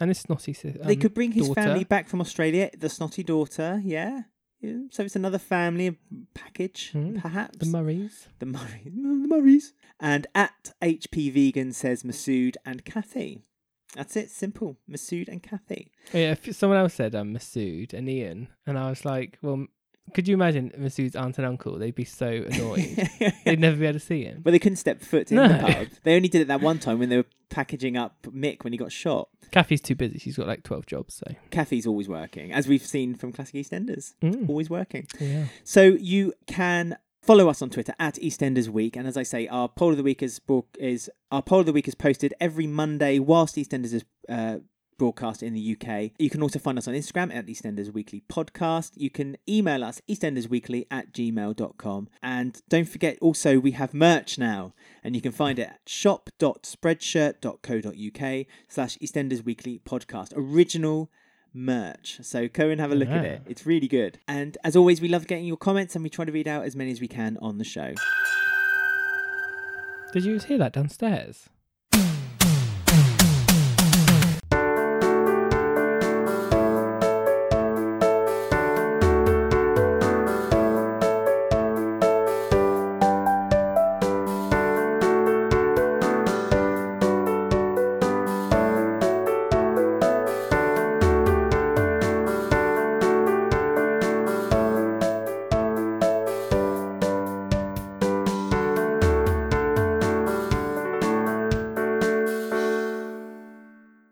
and his um, snotty sister.
they could bring his
daughter.
family back from Australia, the snotty daughter, yeah? yeah. So it's another family package,
Mm.
perhaps.
the Murrays.
the, Murray- the Murrays. And at HP Vegan says Masood and Kathy. That's it, simple. Masood and Kathy.
Oh, yeah, if someone else said um, Masood and Ian, and I was like, well, could you imagine Masood's aunt and uncle? They'd be so annoyed. They'd never be able to see him.
Well, they couldn't step foot in the
No.
pub. They only did it that one time when they were packaging up Mick when he got shot.
Kathy's too busy. She's got like twelve jobs, so
Kathy's always working, as we've seen from Classic EastEnders.
Mm.
Always working.
yeah.
So you can follow us on Twitter at EastEnders Week, and as I say, our poll of the week is bro- is our poll of the week is posted every Monday whilst EastEnders is. Uh, Broadcast in the UK. You can also find us on Instagram at EastEnders Weekly Podcast. You can email us eastendersweekly at gmail.com. And don't forget also, we have merch now, and you can find it at shop.spreadshirt.co.uk slash EastEnders Weekly Podcast. Original merch. So go and have a look at it.
Yeah.
It's really good. And as always, we love getting your comments and we try to read out as many as we can on the show.
Did you hear that downstairs?